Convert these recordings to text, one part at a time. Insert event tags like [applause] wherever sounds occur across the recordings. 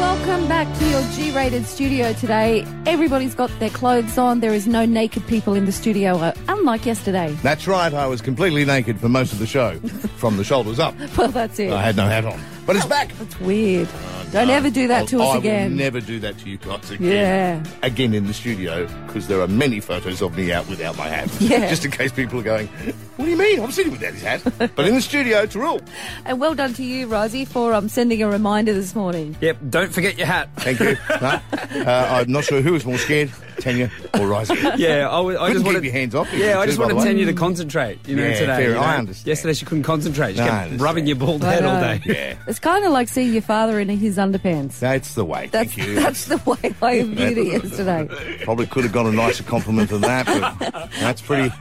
Welcome back to your G rated studio today. Everybody's got their clothes on. There is no naked people in the studio, uh, unlike yesterday. [laughs] That's right, I was completely naked for most of the show, from the shoulders up. Well, that's it. I had no hat on. But it's back! It's weird. Don't ever do that to I'll- us Oh, I again. will never do that to you guys again. Yeah. Again in the studio, because there are many photos of me out without my hat. Yeah. [laughs] Just in case people are going, what do you mean? I've seen him without his hat. but in the studio, it's a rule. and well done to you, Rosie, for um, sending a reminder this morning. Yep, don't forget your hat. Thank [laughs] you. No, uh, I'm not sure who was more scared, Tanya or Rising. Yeah, [laughs] [laughs] I, w- I Couldn't just wanted keep your hands off me, [laughs] Yeah, I too, just by wanted the way. Tanya to concentrate. You know, Yeah, today. fair, you know? I understand. Yesterday she couldn't concentrate. She No, I kept understand. rubbing your bald I head all day. know. [laughs] Yeah. It's kind of like seeing your father in his underpants. That's the way. That's, Thank [laughs] you. that's the way I [laughs] viewed it yesterday. Probably could have got a nicer compliment than that, but that's pretty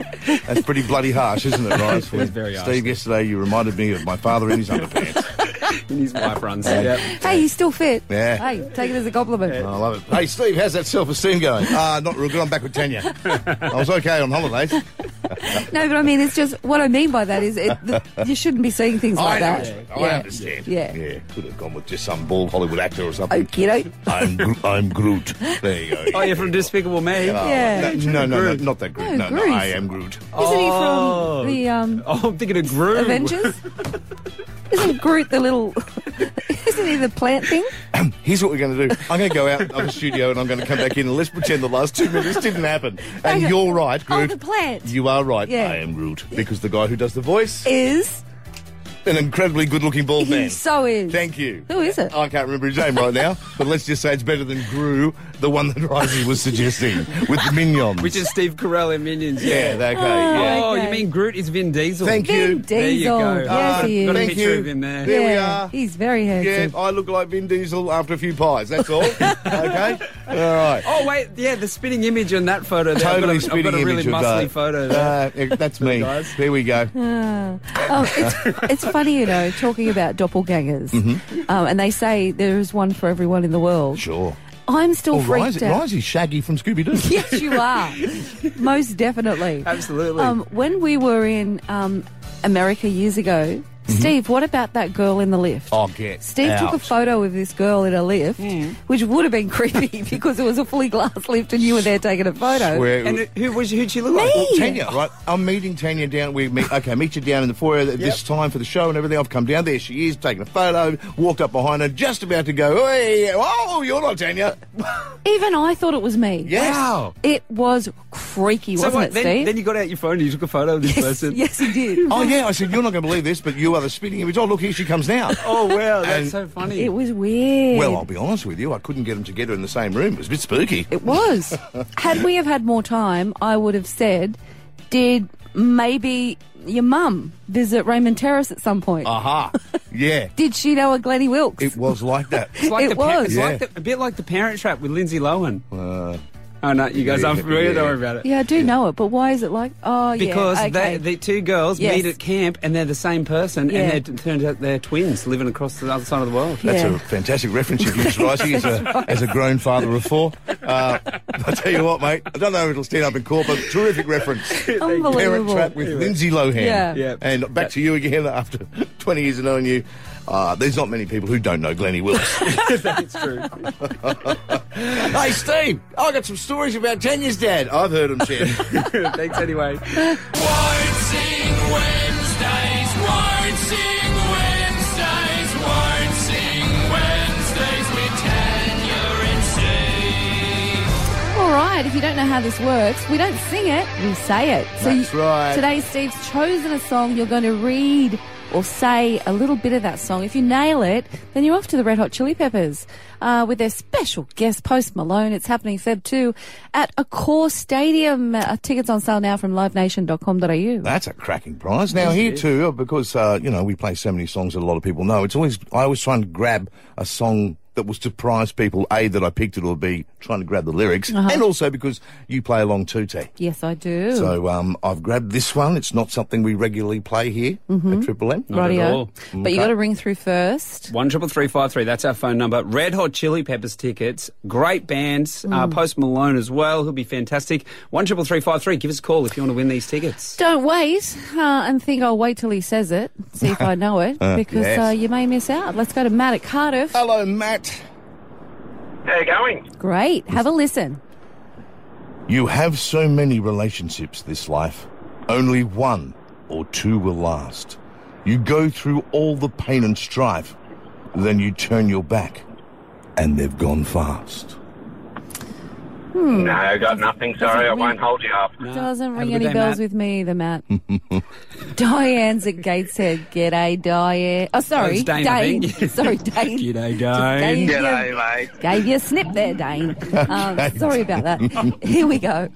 that's pretty bloody harsh, isn't it, Ryan? It is very harsh. Steve, yesterday you reminded me of my father in his underpants. And his wife runs. yeah. Hey, he's still fit. Yeah. Hey, take it as a compliment. [laughs] I love it. Hey, Steve, how's that self-esteem going? Ah, not real good. I'm back with Tanya. I was okay on holidays. No, but I mean, it's just what I mean by that is it, th you shouldn't be seeing things I like know. that. I understand. Yeah. Oh, Yeah, could have gone with just some bald Hollywood actor or something. Okay, doke. I'm, Gro- I'm Groot. [laughs] There you go. Uh, Oh, you're from Despicable Me. Yeah. No, no, no, not that Groot. No, No, no, Groot. I am Groot. Isn't he Oh. from the um, Oh, I'm thinking of Groove. [laughs] Avengers? Isn't Groot the little? [laughs] Isn't he the plant thing? Here's what we're going to do. I'm going to go out of the studio and I'm going to come back in and let's pretend the last two minutes didn't happen. And Okay. you're right, Oh, Groot. the plant You are right. Yeah. I am Groot. Because the guy who does the voice, is. an incredibly good looking bald man. He so is. Thank you. Who is it? I can't remember his name right now, but let's just say it's better than Gru, the one that Rising was suggesting with the minions. Which is Steve Carell in Minions. yeah, Yeah. that guy. Oh. yeah. Oh, Okay. you mean Groot is Vin Diesel? Thank you. Vin There you Diesel. go. Yes, Ah, he is. got a Thank picture you. of him there. There we Yeah, are. He's very Yeah, handsome. I look like Vin Diesel after a few pies. That's [laughs] all. okay. All right. Oh wait, yeah, the spinning image on that photo. There. Totally I've got a, spitting I've got a really image of muscly that. photo. There. Uh, yeah, that's me. Guys. There we go. Oh, [laughs] it's, it's funny, you know, talking about doppelgangers, um, and they say there is one for everyone in the world. Mm-hmm. Sure. I'm still Oh, freaked Rise, out. Rise is Shaggy from [laughs] Scooby Doo. Yes, you are. Most definitely. Absolutely. Um, when we were in um, America years ago, Mm-hmm. Steve, what about that girl in the lift? Oh, get Steve out. took a photo of this girl in a lift, which would have been [laughs] creepy because it was a fully glass lift and you were there taking a photo. Where- and who was who'd she look like? Me. Tanya, right? I'm meeting Tanya down. We meet. Okay, meet you down in the foyer at this time for the show and everything. I've come down. There she is, taking a photo. Walked up behind her, just about to go. Hey, oh, you're [laughs] not Tanya. Even I thought it was me. Yes. Wow. It was creaky, So wasn't what, it, then, Steve? then you got out your phone and you took a photo of this yes, person. yes, he did. Oh yeah, I said you're not going to believe this, but you are the spitting image. Oh look, here she [laughs] comes now. Oh [laughs] wow, that's And- so funny. It was weird. Well, I'll be honest with you, I couldn't get them together in the same room. It was a bit spooky. It was. Had we have had more time, I would have said, did maybe your mum visit Raymond Terrace at some point? Ah. [laughs] Aha. Yeah, did she know a Glennie Wilkes? it was like that. It's like It the par- was. it's like Yeah. the, a bit like the Parent Trap with Lindsay Lohan. Uh, oh no, you guys yeah, aren't familiar. Don't yeah. worry about it. yeah, I do know it, but why is it like, oh, Because yeah, they, okay. the two girls Yes. meet at camp and they're the same person, Yeah. and it turns out they're twins living across the other side of the world. That's Yeah. a fantastic reference you've [laughs] used, Ricey, as a, as a grown father of four. Uh, I tell you what, mate, I don't know if it'll stand up in court, but [laughs] terrific reference. Parent Unbelievable. Trap with Lindsay Lohan. Yeah. Yeah. And back to you again after [laughs] 20 years of knowing you. Uh, there's not many people who don't know Glennie Willis. [laughs] That's true. [laughs] [laughs] hey, Steve, I got some stories about Tanya's dad. I've heard them, [laughs] Chen. Thanks anyway. Wine Sing Wednesdays, Wine Sing Wednesdays, Wine Sing Wednesdays with Tanya and Steve. All right, if you don't know how this works, we don't sing it, we say it. So That's you- right. Today, Steve's chosen a song. You're going to read or say a little bit of that song. If you nail it, then you're off to the Red Hot Chili Peppers uh, with their special guest, Post Malone. It's happening Feb 2 at Accor Stadium. Uh, tickets on sale now from livenation.com.au. That's a cracking prize. Now here too, because uh, you know we play so many songs that a lot of people know. It's always I always try and grab a song that will surprise people. A that I picked it, or B trying to grab the lyrics, and also because you play along too, T. Yes, I do. So um, I've grabbed this one. It's not something we regularly play here at Triple M. at Radio. all. But you got to ring through first. One triple three five three. That's our phone number. Red Hot Chili Peppers tickets. Great bands. Uh, Mm. Post Malone as well. He'll be fantastic. One triple three five three. Give us a call if you want to win these tickets. Don't wait uh, and think I'll wait till he says it, see [laughs] if I know it, because yes. Oh. uh, you may miss out. Let's go to Matt at Cardiff. Hello, Matt. How you going? Great. Have a listen. You have so many relationships this life. Only one or two will last. You go through all the pain and strife, then you turn your back, and they've gone fast. No, I got nothing. Sorry, I ring- won't hold you up. Doesn't Have a ring good any day, bells Matt. with me either, [laughs] Matt. Diane's at Gateshead. G'day, Diane. Oh, sorry, That was Dane, I Dane. think. [laughs] sorry, Dane. [laughs] G'day, Just Dane. Dane. G'day, you- mate. Gave you a snip there, [laughs] Dane. Um, sorry about that. Here we go.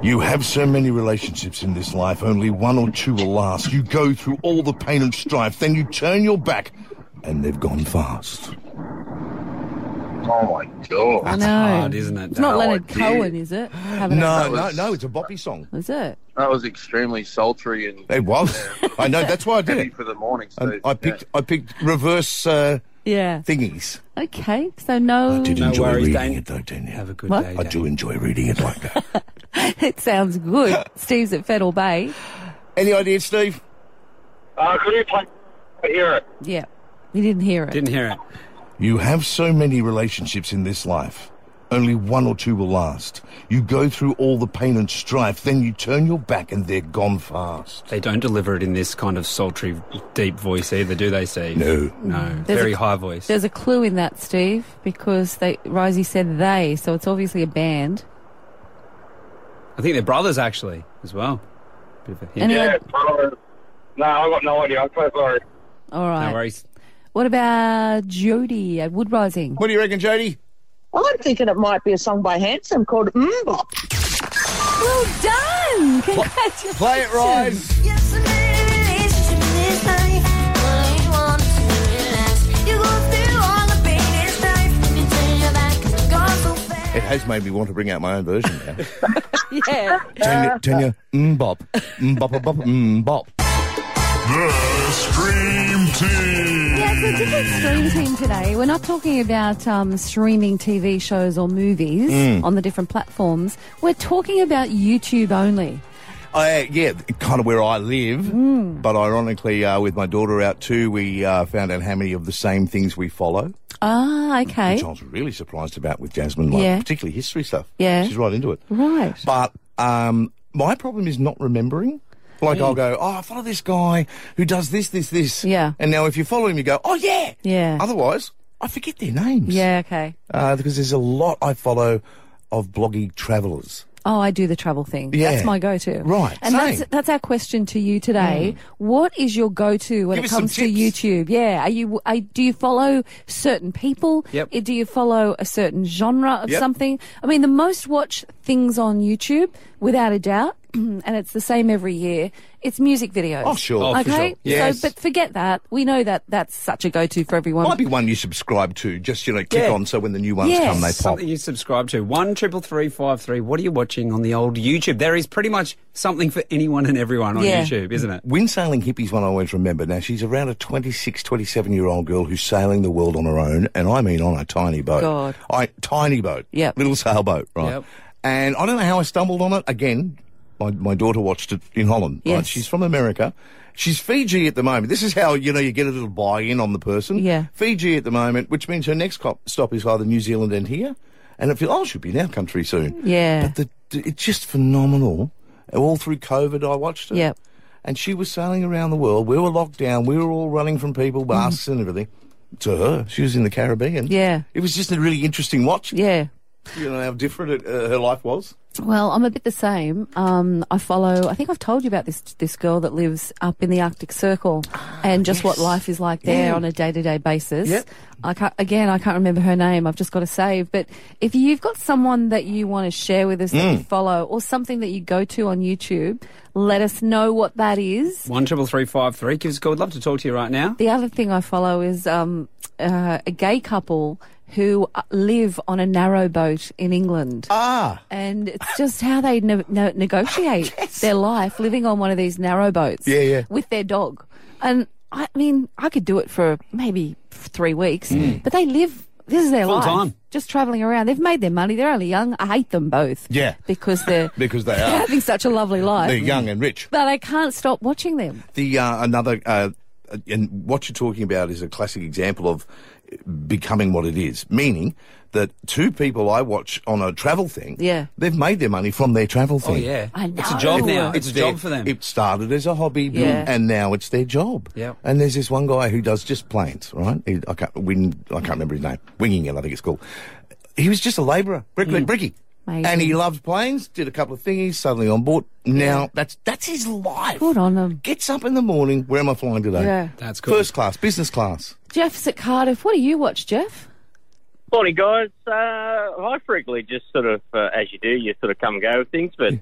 You have so many relationships in this life, only one or two will last. You go through all the pain and strife, then you turn your back, and they've gone fast. Oh my god. I know. hard, isn't it, It's not Dane? Leonard Oh, dear. Cohen, is it? Having a- No, no, no, it's a boppy song. Is it? That was extremely sultry and It [laughs] was. I know, that's why I did [laughs] heavy it. for the morning. And Steve. I picked, I picked reverse uh, Yeah. thingies. Okay. So no, I did No enjoy worries, reading Dane. it though, didn't you? Have a good What? day. I Dane. do enjoy reading it like that. [laughs] it sounds good. Steve's at Fettle Bay. [laughs] Any idea, Steve? Uh, could you play? I hear it. Yeah. He didn't hear it. Didn't hear it. You have so many relationships in this life. Only one or two will last. You go through all the pain and strife, then you turn your back and they're gone fast. They don't deliver it in this kind of sultry, deep voice either, do they, Steve? No. No. There's very a- high voice. There's a clue in that, Steve, because they Risey said they, so it's obviously a band. I think they're brothers, actually, as well. Bit of a hint. Any Yeah, other- probably. No, I got no idea. I'm so sorry. all right. No worries. What about Jody at Wood Rising? What do you reckon, Jody? I'm thinking it might be a song by Handsome called Mbop. Well done! Congratulations. Play it, Rise. Yes, I'm in a relationship in this life. Only want to relax. You go through all the pain and strife. You turn your back, gone so fast. It has made me want to bring out my own version now. [laughs] [laughs] Yeah. turn your, turn your mbop, mbop, bop, mbop. The Scream Team. Yeah, it's a different stream team today. We're not talking about um, streaming TV shows or movies on the different platforms. We're talking about YouTube only. Uh, yeah, kind of where I live. But ironically, uh, with my daughter out too, we uh, found out how many of the same things we follow. Ah, okay. which I was really surprised about with Jasmine, like Yeah. particularly history stuff. Yeah. she's right into it. Right. But um, my problem is not remembering. Like I'll go, oh, I follow this guy who does this, this, this. Mm. Yeah. And now if you follow him, you go, oh yeah, Yeah. Otherwise, I forget their names. Yeah, okay. Uh, because there's a lot I follow of bloggy travellers. Oh, I do the travel thing. Yeah. That's my go-to. Right, And that's same. Hmm. that's our question to you today. What is your go-to when Give it us some comes to tips. YouTube? Yeah. Are you are, do you follow certain people? Yep. Uh, Do you follow a certain genre of Yep. something? I mean, the most watched things on YouTube, without a doubt, [clears throat] and it's the same every year. It's music videos. Oh, sure. Oh, for okay. sure. Yes. So, but forget that. We know that that's such a go-to for everyone. Might be one you subscribe to. Just you know, click Yeah. on so when the new ones Yes. come, they pop. Something you subscribe to. One triple three five three. What are you watching on the old YouTube? There is pretty much something for anyone and everyone on Yeah. YouTube, isn't it? Windsailing hippie's one I always remember. Now, she's around a 26, 27 year old girl who's sailing the world on her own, and I mean on a tiny boat. God. I, tiny boat. Yep. Little sailboat, right? Yep. And I don't know how I stumbled on it. Again, my, my daughter watched it in Holland. Yes. Right? She's from America. She's Fiji at the moment. This is how, you know, you get a little buy in on the person. Yeah. Fiji at the moment, which means her next cop, stop is either New Zealand and here. And it feels, oh, she'll be in our country soon. Yeah. But the, it's just phenomenal. All through COVID, I watched it. Yep. And she was sailing around the world. We were locked down. We were all running from people, masks and everything. To her, she was in the Caribbean. Mm-hmm. Yeah. It was just a really interesting watch. yeah. You know how different it, uh, her life was. Well, I'm a bit the same. Um, I follow. I think I've told you about this this girl that lives up in the Arctic Circle, and just what life is like there on a day to day basis. Yep. I can't, again, I can't remember her name. I've just got to save. But if you've got someone that you want to share with us that you follow, or something that you go to on YouTube, let us know what that is. One triple three five three. Give us a call. I'd love to talk to you right now. The other thing I follow is um, uh, a gay couple who uh, live on a narrow boat in England. Ah. and it's just how they ne- ne- [laughs] negotiate their life living on one of these narrow boats Yeah, yeah. with their dog and i mean i could do it for maybe three weeks Hmm. but they live this is their Full life time. just traveling around they've made their money they're only young i hate them both Yeah. because [laughs] they're Because they they're are. [laughs] having such a lovely They're life young and rich. but i can't stop watching them The uh, another uh, and what you're talking about is a classic example of becoming what it is. Meaning that two people I watch on a travel thing, Yeah. they've made their money from their travel Oh thing. yeah, I it's a know. job now. It's It's a their- job for them. It started as a hobby, Yeah. and now it's their job. Yep. And there's this one guy who does just planes, right? He, I can't win. I can't remember his name. Winging it, I think it's called. He was just a labourer, brickley, bricky, Mm. Amazing. and he loved planes. Did a couple of thingies. Suddenly on board. Now that's that's his life. Good on him. Gets up in the morning. Where am I flying today? Yeah. That's cool. First class, business class. Jeff's at Cardiff. What do you watch, Jeff? Morning, guys. Uh, I frequently just sort of, uh, as you do, you sort of come and go with things. But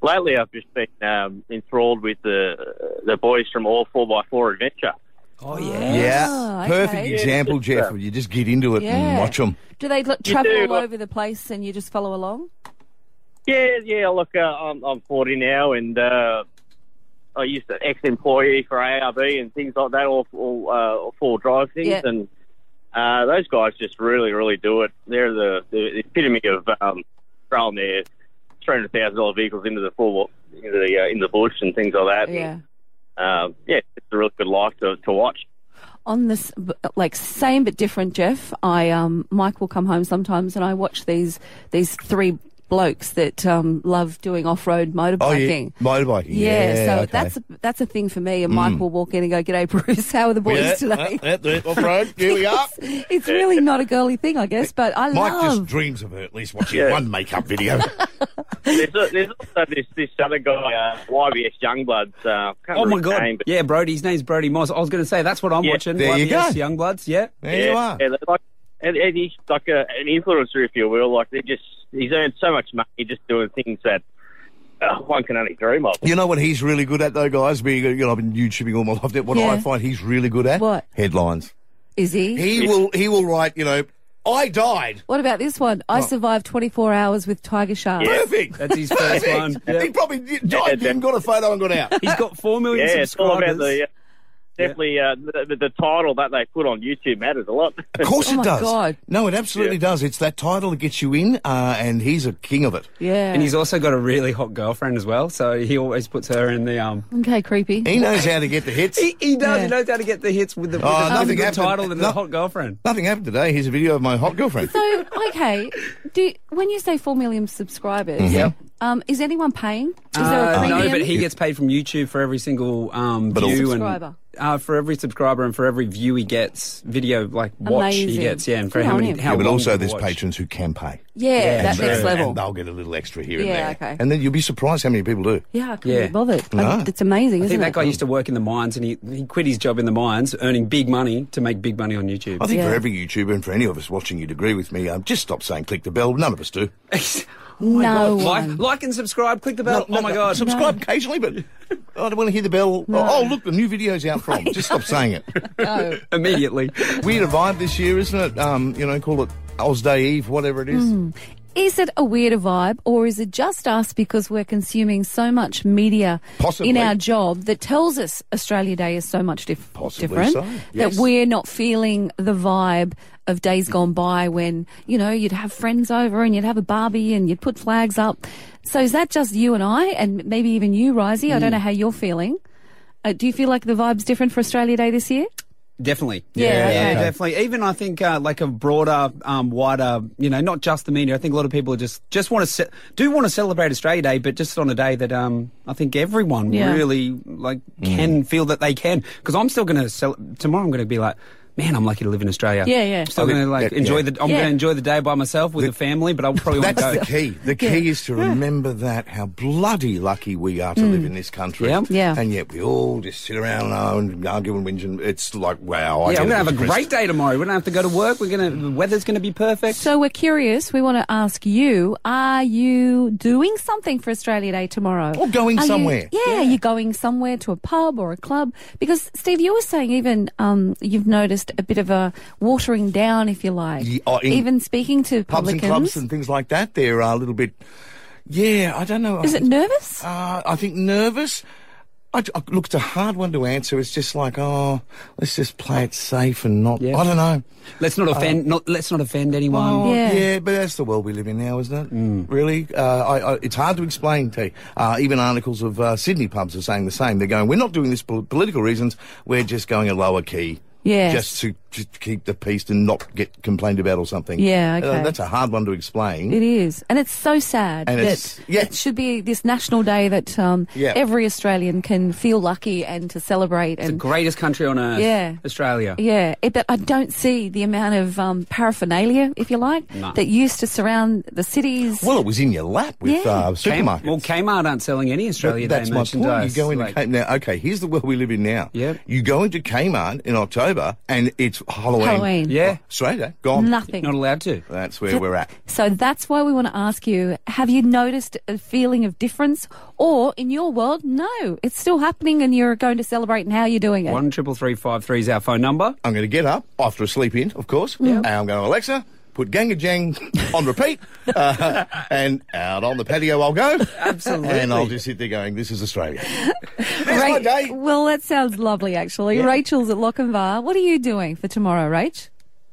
lately, I've just been um, enthralled with the the boys from All Four x Four Adventure. oh yeah. Ah, Perfect okay. example, Yeah. Jeff. You just get into it and Yeah. Mm, watch them. Do they look, travel do, all uh, over the place and you just follow along? Yeah, yeah. Look, uh, I'm I'm 40 now, and uh, I used to ex-employee for ARB and things like that, all, all uh, four drive things, Yeah. and uh, those guys just really, really do it. They're the, the epitome of um, throwing their three hundred thousand dollar vehicles into the four into the uh, in the bush and things like that. Yeah. And, uh, yeah, it's a really good life to to watch. on this b- like same but different jeff i um mike will come home sometimes and i watch these these three blokes that um love doing off-road Oh, motorbiking yeah, motorbiking. Yeah, Yeah, so okay. Mm. that's a, that's a thing for me. And Mike will walk in and go, "G'day, Bruce. How are the boys [laughs] today?" Uh, uh, off road. Here we are. It's, it's really not a girly thing, I guess, but I Mike just love. dreams of her at least [laughs] watching Yeah. one makeup video. There's, a, there's also this this other guy, uh, YBS Youngblood. Uh, can't Oh remember my his god! name, but- yeah, Brody. His name's Brody Moss. I was going to say that's what I'm Yeah. watching. There you YBS go. Youngbloods. Yeah. there you are. Yeah, like, and, and he's like a, an influencer, if you will. Like they just he's earned so much money just doing things that uh, one can only dream of. You know what he's really good at though, guys? Being you know, I've been YouTubing all my life. What Yeah. I find he's really good at What? headlines. Is he? He will he will write. You know, I died. What about this one? Oh. I survived 24 hours with tiger sharks. Perfect. That's his first one. [laughs] Perfect. Yeah. He probably did- died [laughs] yeah. and got a photo and got out. He's got four million Yeah, it's all subscribers. about the uh, definitely uh, the, the title that they put on YouTube matters a lot. Of course Oh it my does. God. No, it absolutely does. It's that title that gets you in, uh, and he's a king of it. Yeah. And he's also got a really hot girlfriend as well, so he always puts her in the um. okay, creepy. He knows how to get the hits. He, he does. Yeah. He knows how to get the hits with the, with Oh, the, with the nothing good happened. title and No- the hot girlfriend. Nothing happened today. Here's a video of my hot [laughs] girlfriend. So okay, do when you say four million subscribers, Yep. um, is anyone paying? Is there a Uh, premium? no, but he gets paid from YouTube for every single um, al- view Subscriber. and uh, for every subscriber and for every view he gets, video like watch he Amazing. gets, yeah, and for Good how on many, him. how yeah, but long also you there's watch. patrons who can pay. yeah, Yeah, that sure. next level. And they'll get a little extra here Yeah, and there. okay. And then you'll be surprised how many people do. Yeah, I couldn't Yeah. be bothered. No. I- it's amazing, I isn't think that it? guy used to work in the mines and he, he quit his job in the mines, earning big money to make big money on YouTube. I think Yeah. for every YouTuber and for any of us watching, you'd agree with me. Um, just stop saying click the bell. None of us do. Oh my No God. one. Like, like and subscribe, click the bell. No, oh no, my no. God. Subscribe occasionally, but I don't want to hear the bell. Oh, oh, look, the new video's [laughs] out from. Just stop saying it. Immediately. Weird vibe this year, isn't it? Um, you know, call it Oz Day Eve, whatever it is. Mm. Is it a weirder vibe, or is it just us because we're consuming so much media Possibly. in our job that tells us Australia Day is so much dif- Possibly different so, yes. that we're not feeling the vibe of days gone by when you know you'd have friends over and you'd have a barbie and you'd put flags up. So is that just you and I, and maybe even you, Risey? Hmm. I don't know how you're feeling. Uh, do you feel like the vibe's different for Australia Day this year? Definitely. Yeah, Yeah, okay. okay. definitely. Even I think uh, like a broader, um, wider, you know, not just the media. I think a lot of people just just want to ce- do want to celebrate Australia Day, but just on a day that um, I think everyone Yeah. really like can Mm. feel that they can. Because I'm still going to cel- tomorrow. I'm going to be like. Man, I'm lucky to live in Australia. Yeah, yeah. I'm still going to like that- enjoy yeah. the. I'm Yeah. going to enjoy the day by myself with the, family, but I probably won't That's go. the key. The key is to remember that how bloody lucky we are to live in this country. Yeah. Mm. Yeah. And yet we all just sit around and, uh, and argue and whinge, and it's like, wow. I yeah, I'm get going to have a depressed. great day tomorrow. We're going to have to go to work. We're going to. The weather's going to be perfect. So we're curious. We want to ask you: Are you doing something for Australia Day tomorrow, Or going Are you- somewhere. yeah, you're going somewhere to a pub or a club. Because Steve, you were saying even um, you've noticed a bit of a watering down, if you like. Ye- oh, in even speaking to Pubs and publicans, clubs and things like that, they're uh, a little bit, yeah, I don't know. is it nervous? Uh, I think nervous. I, I, look, it's a hard one to answer. It's just like, oh, let's just play it safe and not. Yeah. I don't know. let's Uh-huh. not offend. not, let's not offend anyone. Oh, Yeah. yeah. but that's the world we live in now, isn't it? Really? Uh, I, I, it's hard to explain to you. Uh, even articles of uh, Sydney pubs are saying the same. They're going, we're not doing this for political reasons. We're just going a lower key. Yes. Just to just keep the peace and not get complained about or something. Yeah, okay. Uh, that's a hard one to explain. It is, and it's so sad And that it's- yeah. it should be this national day that um, Yeah. every Australian can feel lucky and to celebrate. the And greatest country on earth. Yeah. Australia. yeah, it, but I don't see the amount of um, paraphernalia, if you like, that used to surround the cities. Well, it was in your lap with Yeah. uh, Kmart- supermarkets. well, Kmart aren't selling any Australia That's Day my merchandise. point. You go into like- Kmart now. Okay, here's the world we live in now. Yep. You go into Kmart in October and it's Halloween. Halloween. Yeah. Australia gone. nothing. Not allowed to. That's where we're at. So that's why we want to ask you have you noticed a feeling of difference? Or in your world, no, it's still happening and you're going to celebrate and how you're doing it. One triple three five three is our phone number. I'm going to get up after a sleep in, of course. And I'm going to Alexa. Put Ganga Jang on repeat, [laughs] uh, and out on the patio I'll go. Absolutely. And I'll just sit there going, "This [laughs] is Australia." That's my day. Well, that sounds lovely, actually. Rachel's at Lochinvar. What are you doing for tomorrow, Rach?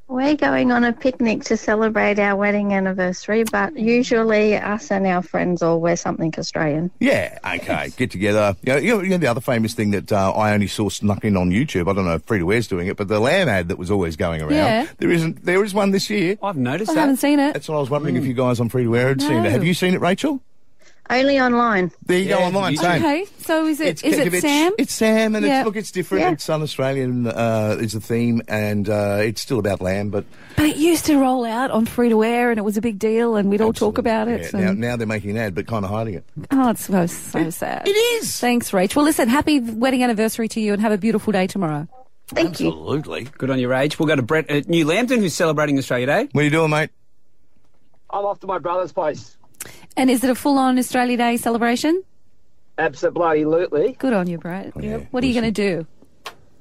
We're going on a picnic to celebrate our wedding anniversary, but usually us and our friends all wear something Australian. Yeah, okay, get together. You know, you know, you know the other famous thing that uh, I only saw snuck in on YouTube. I don't know if free to air's doing it, but the lamb ad that was always going around. Yeah. There isn't. There is one this year. I've noticed I that. haven't seen it. That's what I was wondering if you guys on free to air had seen No. it. Have you seen it, Rachel? Only online. There you go Yeah, online. you- Same. Okay, so is it is it Kekovich. Sam? It's Sam, and Yeah. it's, look, it's different. Yeah. It's un Australian uh, is the theme, and uh, it's still about lamb, but But it used to roll out on free to air, and it was a big deal, and we'd all talk about Yeah, it. now, and- now they're making an ad, but kind of hiding it. oh, it's so, so sad. It is. Thanks, Rach. Well, listen, happy wedding anniversary to you, and have a beautiful day tomorrow. Thank you. Absolutely. Good on your age. We'll go to Brett at New Lambton, who's celebrating Australia Day. What are you doing, mate? I'm off to my brother's place. And is it a full-on Australia Day celebration? Absolutely. Good on you, Brett. yeah. What are you going to do?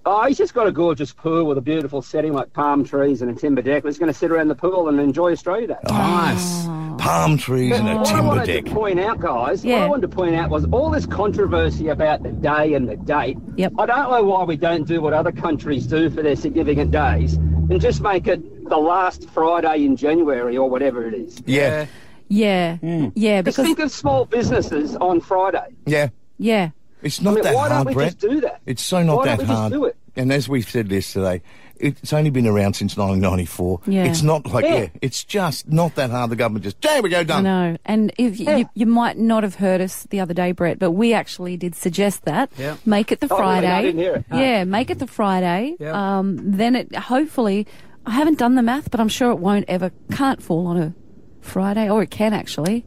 Oh, he's just got a gorgeous pool with a beautiful setting like palm trees and a timber deck. We're just going to sit around the pool and enjoy Australia Day. Nice. Ah. Palm trees and a Oh. what I timber wanted deck. to point out, guys, what Yeah. I wanted to point out was all this controversy about the day and the date. Yep. I don't know why we don't do what other countries do for their significant days and just make it the last Friday in January or whatever it is. Yeah, Yeah, yeah, Just because think of small businesses on Friday. yeah. yeah, It's I not mean, that why hard, don't we Brett. just do that? It's so not Why that don't we just hard. do it? And as we've said yesterday, it's only been around since 1994. Yeah. It's not like, yeah. Yeah. it's just not that hard. The government just, there we go, I done. know. And if y you, you might not have heard us the other day, Brett, but we actually did suggest that. Yeah. Make it the Oh, really? I Friday. didn't hear it. No. Yeah, make it the Friday. Yeah. Um, then it hopefully, I haven't done the math, but I'm sure it won't ever can't fall on a Friday, or it can actually.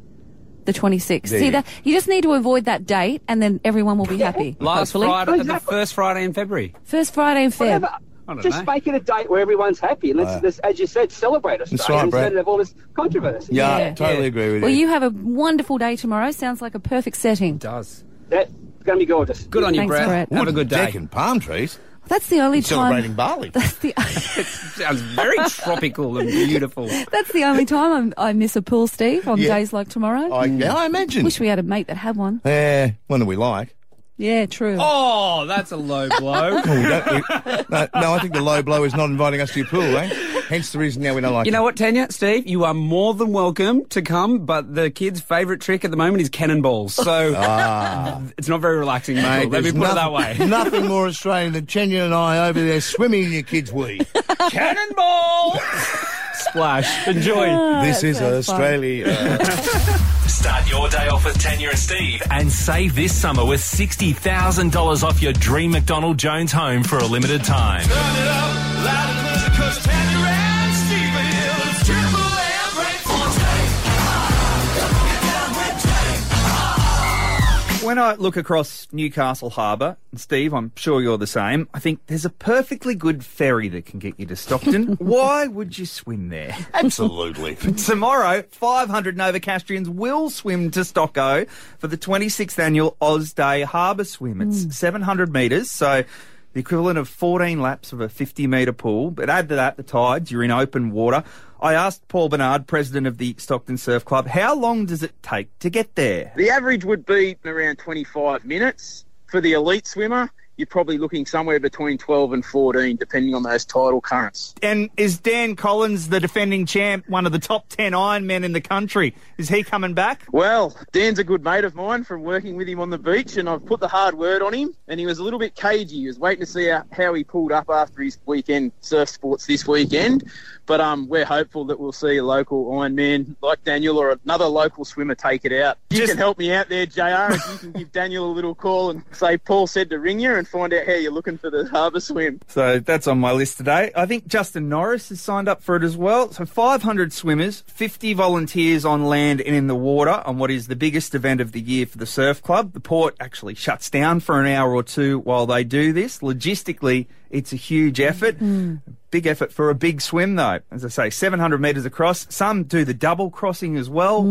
The 26th. There See you go. that you just need to avoid that date, and then everyone will be happy. Last hopefully. Friday, the Exactly. first Friday in February. First Friday in Feb. Whatever. I don't Just know. make it a date where everyone's happy. And let's, let's as you said, celebrate Australia right, Brett. instead of all this controversy. Yeah, Yeah. totally Yeah. agree with Well, you. you have a wonderful day tomorrow. Sounds like a perfect setting. Does. That's going to be gorgeous. Good on you, Thanks, Brett. Brett. Have a good Deck day. and palm trees. That's the only time. Celebrating barley. [laughs] That's the. Sounds very tropical and beautiful. That's the only time I'm, I miss a pool, Steve, on Yeah. days like tomorrow. I, yeah, I imagine. wish we had a mate that had one. Yeah, one that we like. Yeah, true. [laughs] Oh, that's a low blow. [laughs] We don't- we- no, no, I think the low blow is not inviting us to your pool, eh? Hence the reason now we don't like You know it. what, Tanya, Steve, you are more than welcome to come, but the kids' favourite trick at the moment is cannonballs. [laughs] So Ah. [laughs] it's not very relaxing, mate. Let me there's put it that nothing- way. [laughs] Nothing more Australian than Chenya and I over there swimming in your kids' wee. [laughs] Cannonball! Splash. Enjoy. this is Ah, sounds fun. Australia. [laughs] Start your day off with Tanya and Steve and save this summer with $60,000 off your dream McDonald Jones home for a limited time. Turn it up loud and clear, 'cause Tanya and Steve are here. It's Triple M Breakfast. When I look across Newcastle Harbour, and Steve, I'm sure you're the same, I think there's a perfectly good ferry that can get you to Stockton. Why would you swim there? Absolutely. Tomorrow, 500 Nova Castrians will swim to Stocko for the 26th annual Oz Day Harbour Swim. It's 700 metres, so the equivalent of 14 laps of a 50 metre pool. But add to that the tides, you're in open water. I asked Paul Bernard, president of the Stockton Surf Club, how long does it take to get there? The average would be around 25 minutes for the elite swimmer you're probably looking somewhere between 12 and 14, depending on those tidal currents. And is Dan Collins, the defending champ, one of the top 10 Ironmen in the country? Is he coming back? Well, Dan's a good mate of mine from working with him on the beach, and I've put the hard word on him. And he was a little bit cagey. He was waiting to see how- how he pulled up after his weekend surf sports this weekend. But um, we're hopeful that we'll see a local Ironman like Daniel or another local swimmer take it out. You can help me out there, JR, if you can give Daniel a little call and say Paul said to ring you and find out how you're looking for the harbour swim. So that's on my list today. I think Justin Norris has signed up for it as well. So 500 swimmers, 50 volunteers on land and in the water on what is the biggest event of the year for the surf club. The port actually shuts down for an hour or two while they do this. Logistically, it's a huge effort. Big effort for a big swim, though. As I say, 700 metres across. Some do the double crossing as well,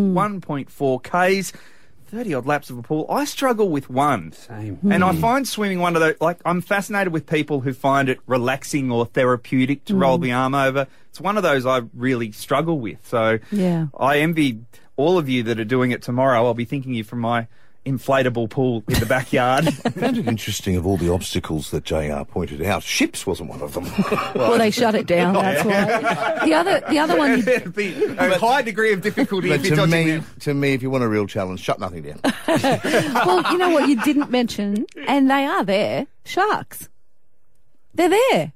1.4 Ks. 30 odd laps of a pool. I struggle with one. Same. And I Hmm. find swimming one of those, like, I'm fascinated with people who find it relaxing or therapeutic to Hmm. roll Mm. the arm over. It's one of those I really struggle with. So Yeah. I envy all of you that are doing it tomorrow. I'll be thinking of you from my inflatable pool in the [laughs] backyard. [laughs] [laughs] found it interesting of all the obstacles that JR pointed out. Ships wasn't one [laughs] of them. Well, Oh. they shut it down. [laughs] That's why. The other, the other one. You, It'd be a high degree of difficulty But if you're to dodging me, them. to me, if you want a real challenge, shut [laughs] nothing down. well, you know what you didn't mention, and they are there. Sharks. They're there.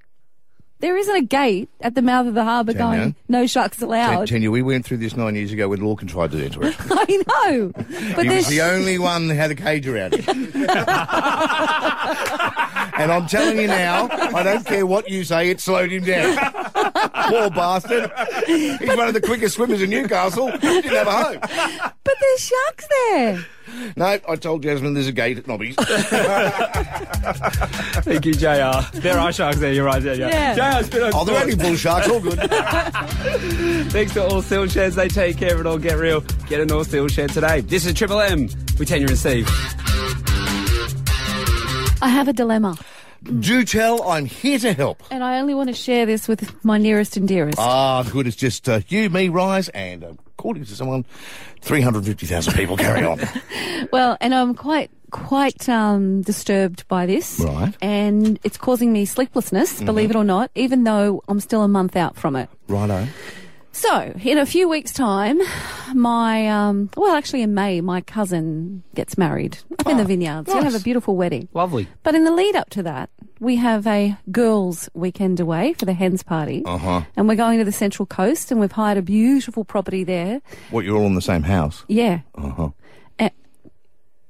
There isn't a gate at the mouth of the harbour Tanya? going. No sharks allowed. Tanya, we went through this nine years ago when Lorcan tried to enter it. [laughs] I know, but he was there's the only one that had a cage around [laughs] him. and I'm telling you now, I don't care what you say, it slowed him down. Poor bastard. He's one of the quickest swimmers in Newcastle. He didn't have a home. but there's sharks there. No, I told Jasmine there's a gate at Nobby's. [laughs] Thank you, JR. There are sharks there, you're right there. Yeah. JR, spit on Oh, they're only bull sharks, all good. [laughs] Thanks to All Steel Sheds, they take care of it all. Get real. Get an All Steel Shed today. This is Triple M with Tanya and Steve. I have a dilemma, Do tell, I'm here to help. and I only want to share this with my nearest and dearest. Ah, good. It's just uh, you, me, Rise, and uh, according to someone, 350,000 people [laughs] carry on. Well, and I'm quite quite um, disturbed by this, Right. And it's causing me sleeplessness, Mm-hmm. believe it Mhm. or not, even though I'm still a month out from it. Righto. So, in a few weeks' time, my um, well, actually in May, my cousin gets married up in the vineyards. We'll Ah, nice. have a beautiful wedding. Lovely. But in the lead up to that, we have a girls' weekend away for the hens party, Uh Uh-huh. huh. and we're going to the Central Coast, and we've hired a beautiful property there. What, you're all in the same house? Yeah. Eh, Uh huh.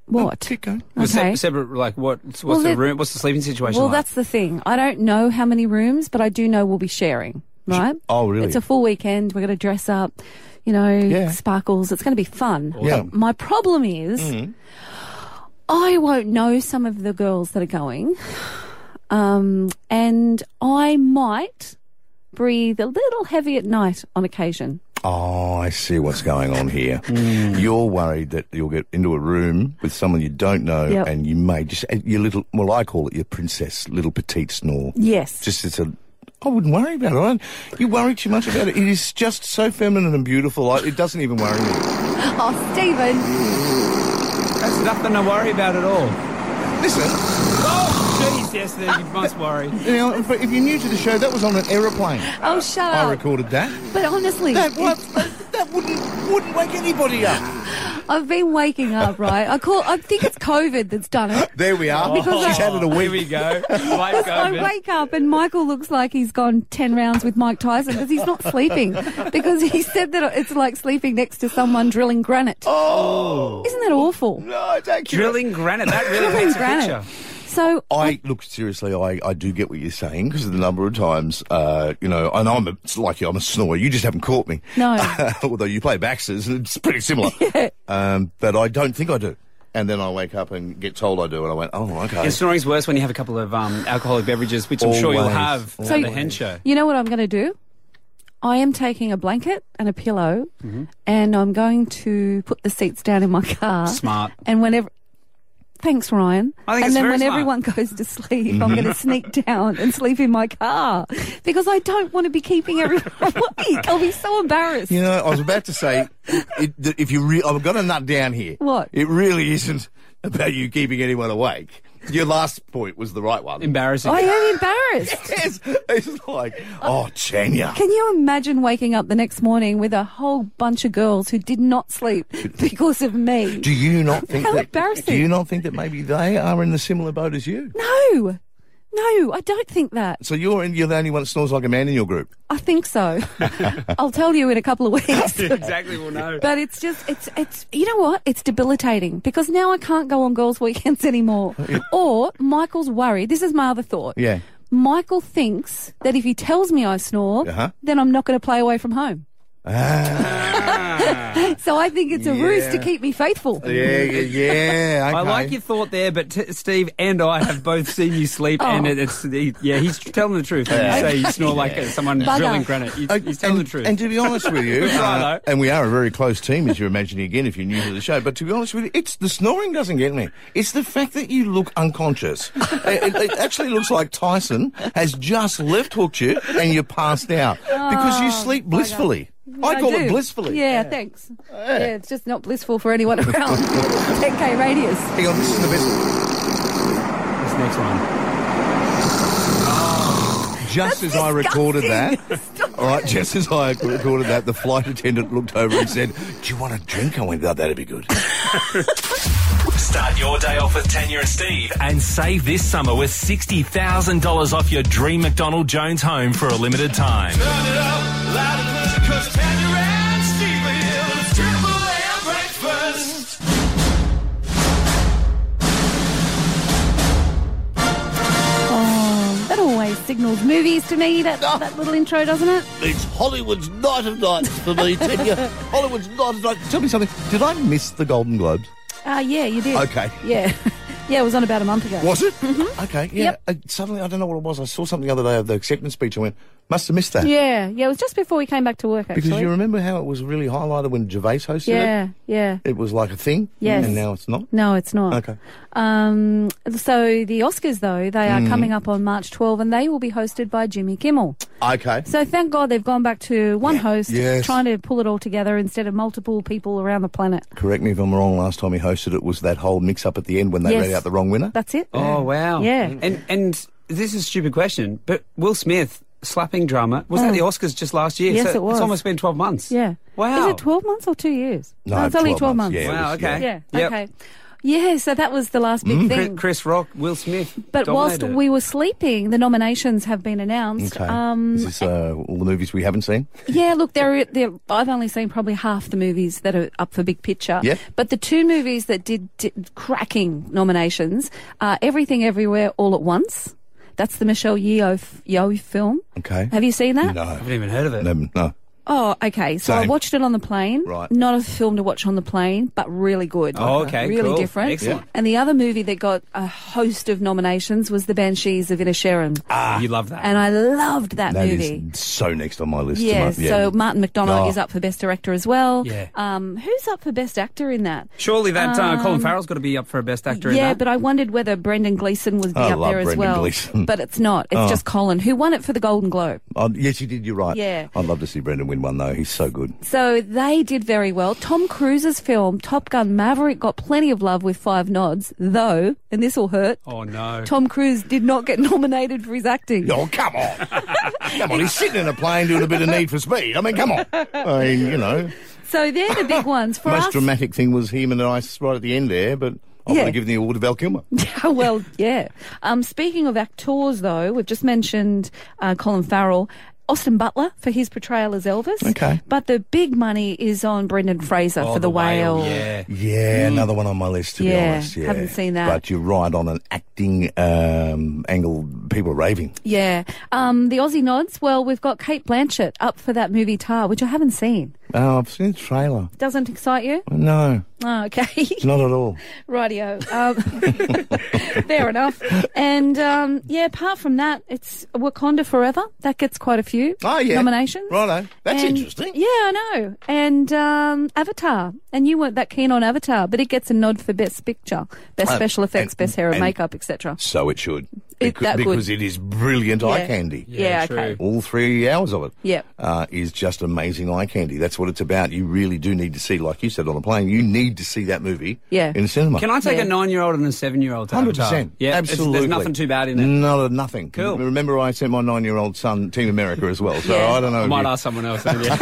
What? Uh-huh. Was se- separate, like, what, what's Well, the the- room? What's the sleeping situation Well, like? that's the thing. I don't know how many rooms, but I do know we'll be sharing, right? Oh, really? It's a full weekend. We're going to dress up, you know, sparkles. It's going to be fun. Yeah. But my problem is I won't know some of the girls that are going. Um, and I might breathe a little heavy at night on occasion. [laughs] Oh, I see what's going on here. Hmm. You're worried that you'll get into a room with someone you don't know, Yep. and you may just your little. Well, I call it your princess, little petite snore. Yes. Just it's a. I wouldn't worry about it. I don't- You worry too much about it. It is just so feminine and beautiful. I, it doesn't even worry me. Oh, Stephen. That's nothing to worry about at all. Listen. Oh, jeez, yes, there, you must [laughs] worry. You know, if- if you're new to the show, that was on an aeroplane. Oh, shut I up. [laughs] recorded that. But honestly, That, what, that wouldn't wouldn't wake anybody up. I've been waking up, right? I call. I think it's COVID that's done it. There we are. Because I- She's had it a Here week. we go. Life Because I goes. wake up and Michael looks like he's gone 10 rounds with Mike Tyson because he's not sleeping. [laughs] Because he said that it's like sleeping next to someone drilling granite. Oh! Isn't that awful? No, it's accurate. Drilling granite. That really Drilling paints a granite. picture. So I look seriously. I, I do get what you're saying because the number of times, uh, you know, and I'm a, it's like you, I'm a snorer. You just haven't caught me. No. [laughs] although you play Baxter's, and it's [laughs] pretty similar. Um, but I don't think I do. And then I wake up and get told I do, and I went, oh, okay. And snoring's worse when you have a couple of um, alcoholic beverages, which I'm sure you'll Always, have always. at the hen show. You know what I'm going to do? I am taking a blanket and a pillow Mm-hmm. and I'm going to put the seats down in my car. Smart. And whenever. Thanks, Ryan. I think and it's then very when smart. everyone goes to sleep, I'm Mhm. going to sneak down and sleep in my car because I don't want to be keeping everyone [laughs] awake. I'll be so embarrassed. You know, I was about to say, it, that if you, re- I've got a nut down here. What? It really isn't about you keeping anyone awake. Your last point was the right one. Embarrassing. I am embarrassed. [laughs] yes. It's like, oh, Chenya. Can you imagine waking up the next morning with a whole bunch of girls who did not sleep because of me? Do you not think How that? embarrassing. Do you not think that maybe they are in the similar boat as you? No, no, I don't think that. So you're in, you're the only one that snores like a man in your group. I think [laughs] so. I'll tell you in a couple of weeks. exactly, we'll know. But it's just, it's, it's, you know what? It's debilitating because now I can't go on girls' weekends [laughs] anymore. or Michael's worried. This is my other thought. Yeah. Michael thinks that if he tells me I snore, Uh-huh. then I'm not going to play away from home. Ah. [laughs] so I think it's a ruse to Yeah. keep me faithful. yeah. I okay. like your thought there, but t- Steve and I have both seen you [laughs] sleep, Oh. and it, it's yeah, he's telling the truth. When Yeah. you say you snore like Yeah. someone Bugger. drilling granite. He's, he's telling the truth. And to be honest with [laughs] you, We try, uh, and we are a very close team, as you're imagining again if you're new to the show. But to be honest with you, it's the snoring doesn't get me. It's the fact that you look [laughs] unconscious. it, it- it actually looks like Tyson has just left hooked you and you're passed out because you Oh, sleep blissfully. I call it do. blissfully. Yeah, thanks. Yeah. it's just not blissful for anyone [laughs] around 10k radius. Hang on, this is the best. This next one. Just as I [laughs] recorded that, all right, just as I recorded that, the flight attendant looked over and said, "Do you want a drink?" I went, "Oh, that'd be good." Start your day off with Tanya and Steve and save this summer with $60,000 off your dream McDonald Jones home for a limited time. Turn it up loud and clear, 'cause Tanya and Steve are here. It's Triple M breakfast. Oh, that always signals movies to me, that, that little intro, doesn't it? It's Hollywood's night of nights for me, Tanya. [laughs] Hollywood's night of nights. Tell me something. Did I miss the Golden Globes? Ah, yeah, you did. Okay. Yeah. [laughs] yeah, it was on about a month ago. Was it? Okay. Yeah. Uh, suddenly, I don't know what it was. I saw something the other day of the acceptance speech. and went, must have missed that. Yeah, yeah, it was just before we came back to work, actually. Because you remember how it was really highlighted when Gervais hosted yeah, it? yeah. It was like a thing. Yes. And now it's not. No, it's not. Okay. Um, so the Oscars, though, they are Mhm. coming up on March 12, and they will be hosted by Jimmy Kimmel. Okay. So thank God they've gone back to one host, Yes. trying to pull it all together instead of multiple people around the planet. Correct me if I'm wrong. Last time he hosted it was that whole mix up at the end when they Yes. read out the wrong winner. That's it. Oh wow. Yeah. And and this is a stupid question, but Will Smith slapping drama was that the Oscars just last year? Oh. Yes, So it was. It's almost been twelve months. Yeah. Wow. Is it 12 months or two years? No, it's only 12 12 months. months. Yeah, it Wow, was- okay. Yeah, Yep. okay. Yeah, so that was the last big Mm. thing. Chris, Chris Rock, Will Smith. But whilst dominated. we were sleeping, the nominations have been announced. Okay. Um, is this uh, all the movies we haven't seen? yeah, look, there. There, I've only seen probably half the movies that are up for Big Picture. Yeah. But the two movies that did, did cracking nominations are Everything, Everywhere, All at Once. That's the Michelle Yeoh f- Yeoh film. Okay. Have you seen that? No. I haven't even heard of it. No. no. Oh, okay. So I Same. watched it on the plane. Right. Not a film to watch on the plane, but really good. Oh, okay, Really cool. different. Excellent. Yeah. And the other movie that got a host of nominations was The Banshees of Inisherin. Ah, you love that. And I loved that, That is movie. so next on my list. Yeah, tonight. so Martin McDonagh Oh. is up for Best Director as well. Yeah. Um, who's up for Best Actor in that? Surely that uh, Colin Um, Farrell's got to be up for a best actor in Yeah, that. but I wondered whether Brendan Gleeson would be I up love there as Brendan well. Gleeson. But it's not. It's Oh. just Colin, who won it for the Golden Globe. Oh, yes, you did. You're right. Yeah. I'd love to see Brendan win one though. He's so good. So they did very well. Tom Cruise's film Top Gun Maverick got plenty of love with five nods, though, and this will hurt. oh no. Tom Cruise did not get [laughs] nominated for his acting. Oh, come on. come on. He's sitting in a plane doing a bit of Need for Speed. I mean, come on. I mean, you know, So they're the big ones for the most us. dramatic thing was him and Ice right at the end there, but I Yeah. would have given the award to [laughs] Val Kilmer. Oh, well, yeah. Um, speaking of actors, though, we've just mentioned uh, Colin Farrell, Austin Butler for his portrayal as Elvis. Okay. But the big money is on Brendan Fraser Oh, for Oh, the, whale. Yeah. Yeah, another one on my list, to Mm. Yeah, be honest. Yeah. haven't seen that. But you're right on an acting um, angle. People are raving. Yeah. Um, the Aussie nods. Well, we've got Kate Blanchett up for that movie Tar, which I haven't seen. Oh, I've seen the trailer. Doesn't excite you? No, Oh, okay. [laughs] not at all. Radio. Um, [laughs] fair enough. And um, yeah, apart from that, it's Wakanda Forever. That gets quite a few Oh, yeah. nominations. Righto. That's And- interesting. Yeah, I know. And um, Avatar. And you weren't that keen on Avatar, but it gets a nod for Best Picture, Best Oh, Special Effects, Best Hair and, and- Makeup, etc. So it should. It, that because good. it is brilliant eye Yeah. candy. Yeah, Yeah, okay. All three hours of it Yep. uh, is just amazing eye candy. That's what it's about. You really do need to see, like you said on the plane, you need to see that movie in the cinema. Can I take a nine-year-old and a seven-year-old? to Hundred Avatar? percent. Yeah, it's- absolutely. Mm. There's nothing too bad in it. No, nothing. Cool. Remember, I sent my nine-year-old son Team America as well. So Yeah. I don't know. I if might you- ask someone else. then, yeah.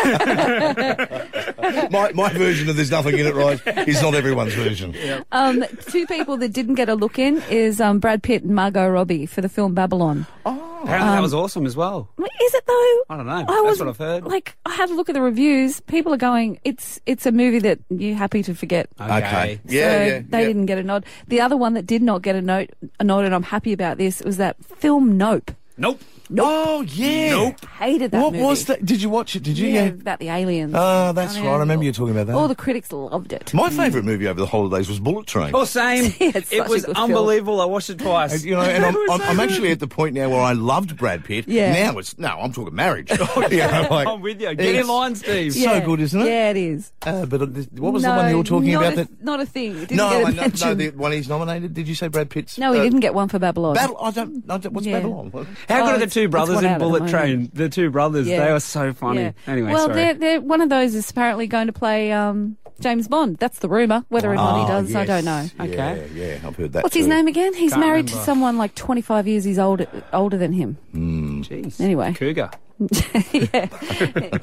my, my version of "There's nothing in it," right, is not [laughs] everyone's version. Um, two people that didn't get a look in is um, Brad Pitt and Margot Robbie for the film Babylon. [laughs] Apparently that Um, was awesome as well. Is it though? I don't know. I That's was what I've heard. like, I had a look at the reviews. People are going, it's it's a movie that you're happy to forget. Uh, Okay. Okay. So Yeah, yeah, they yeah. didn't get a nod. The other one that did not get a note, a nod, and I'm happy about this was that film Nope. Nope. Nope. Oh yeah. Nope. Hated that. What movie. was that? Did you watch it? Did you? Yeah, Yeah. about the aliens. Ah, that's I mean, right. I remember you talking about that. All the critics loved it. My Mm. favourite movie over the holidays was Bullet Train. Oh, same. Yeah, it's it such a was good film. unbelievable. I watched [laughs] it twice. And, you know, and I'm, I'm, I'm actually at the point now where I loved Brad Pitt. Yeah. Now it's no, I'm [laughs] talking marriage. Oh, [laughs] You know, like- I'm with you. Get It's- in line, Steve. it's so good, isn't it? Yeah, it is. Uh, but uh, th- what was the No, one you were talking not about? a- that not a thing. It didn't no, get a I know, no, mention. the one he's nominated. Did you say Brad Pitt's? No, he uh, didn't get one for Babylon. Battle. I don't. I don't what's Yeah. Babylon? What- How good Oh, are the it's- two it's brothers one out in at the Bullet moment. Train? The two brothers, Yeah. they were so funny. Yeah. Anyway, well, sorry. They're, they're, one of those is apparently going to play um, James Bond. That's the rumor. Whether or not he Ah, does, I don't know. yes. Yeah, yeah, I've heard that. What's his too. name again? He's Can't married to remember. someone like 25 years. He's older older than him. [laughs] Jeez. Anyway. Cougar.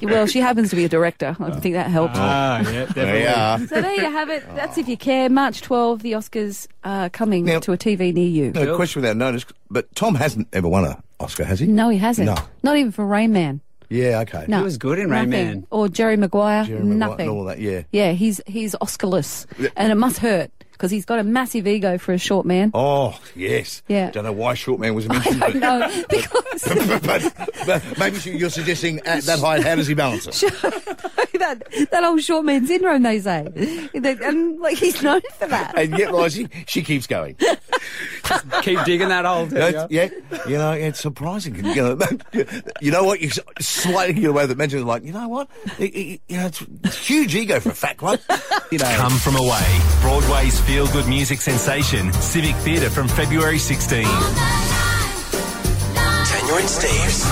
well, she happens to be a director. I think that helps. Ah, [laughs] yeah, definitely. Yeah. So there you have it. That's if you care. March 12, the Oscars are coming Now- to a TV near you. No question without notice. But Tom hasn't ever won an Oscar, has he? No, he hasn't. No. Not even for Rain Man. Yeah. Okay. No. Rain nothing. Or Jerry Maguire. Jerry Maguire nothing. and all that, yeah. Yeah, he's he's Oscarless, Yeah. and it must hurt because he's got a massive ego for a short man. Oh yes. Yeah. Don't know why Short Man was mentioned. [laughs] but- no, because [laughs] but maybe she- you're suggesting at that height, how does he balance it? that that old short man syndrome they say, They- and like he's known for that. And yet, Lizzie, she [laughs] keeps going. Keep digging that hole. That's- [laughs] yeah, you know, it's surprising. You know, [laughs] you know what? You s- slightly get away with it. Mentioned like, you know what? It- it- you know, it's it's huge ego for a [laughs] fat bloke. You know, [laughs] Come from away. Broadway's feel good music sensation, Civic Theatre from February 16. Tanya and Steve's.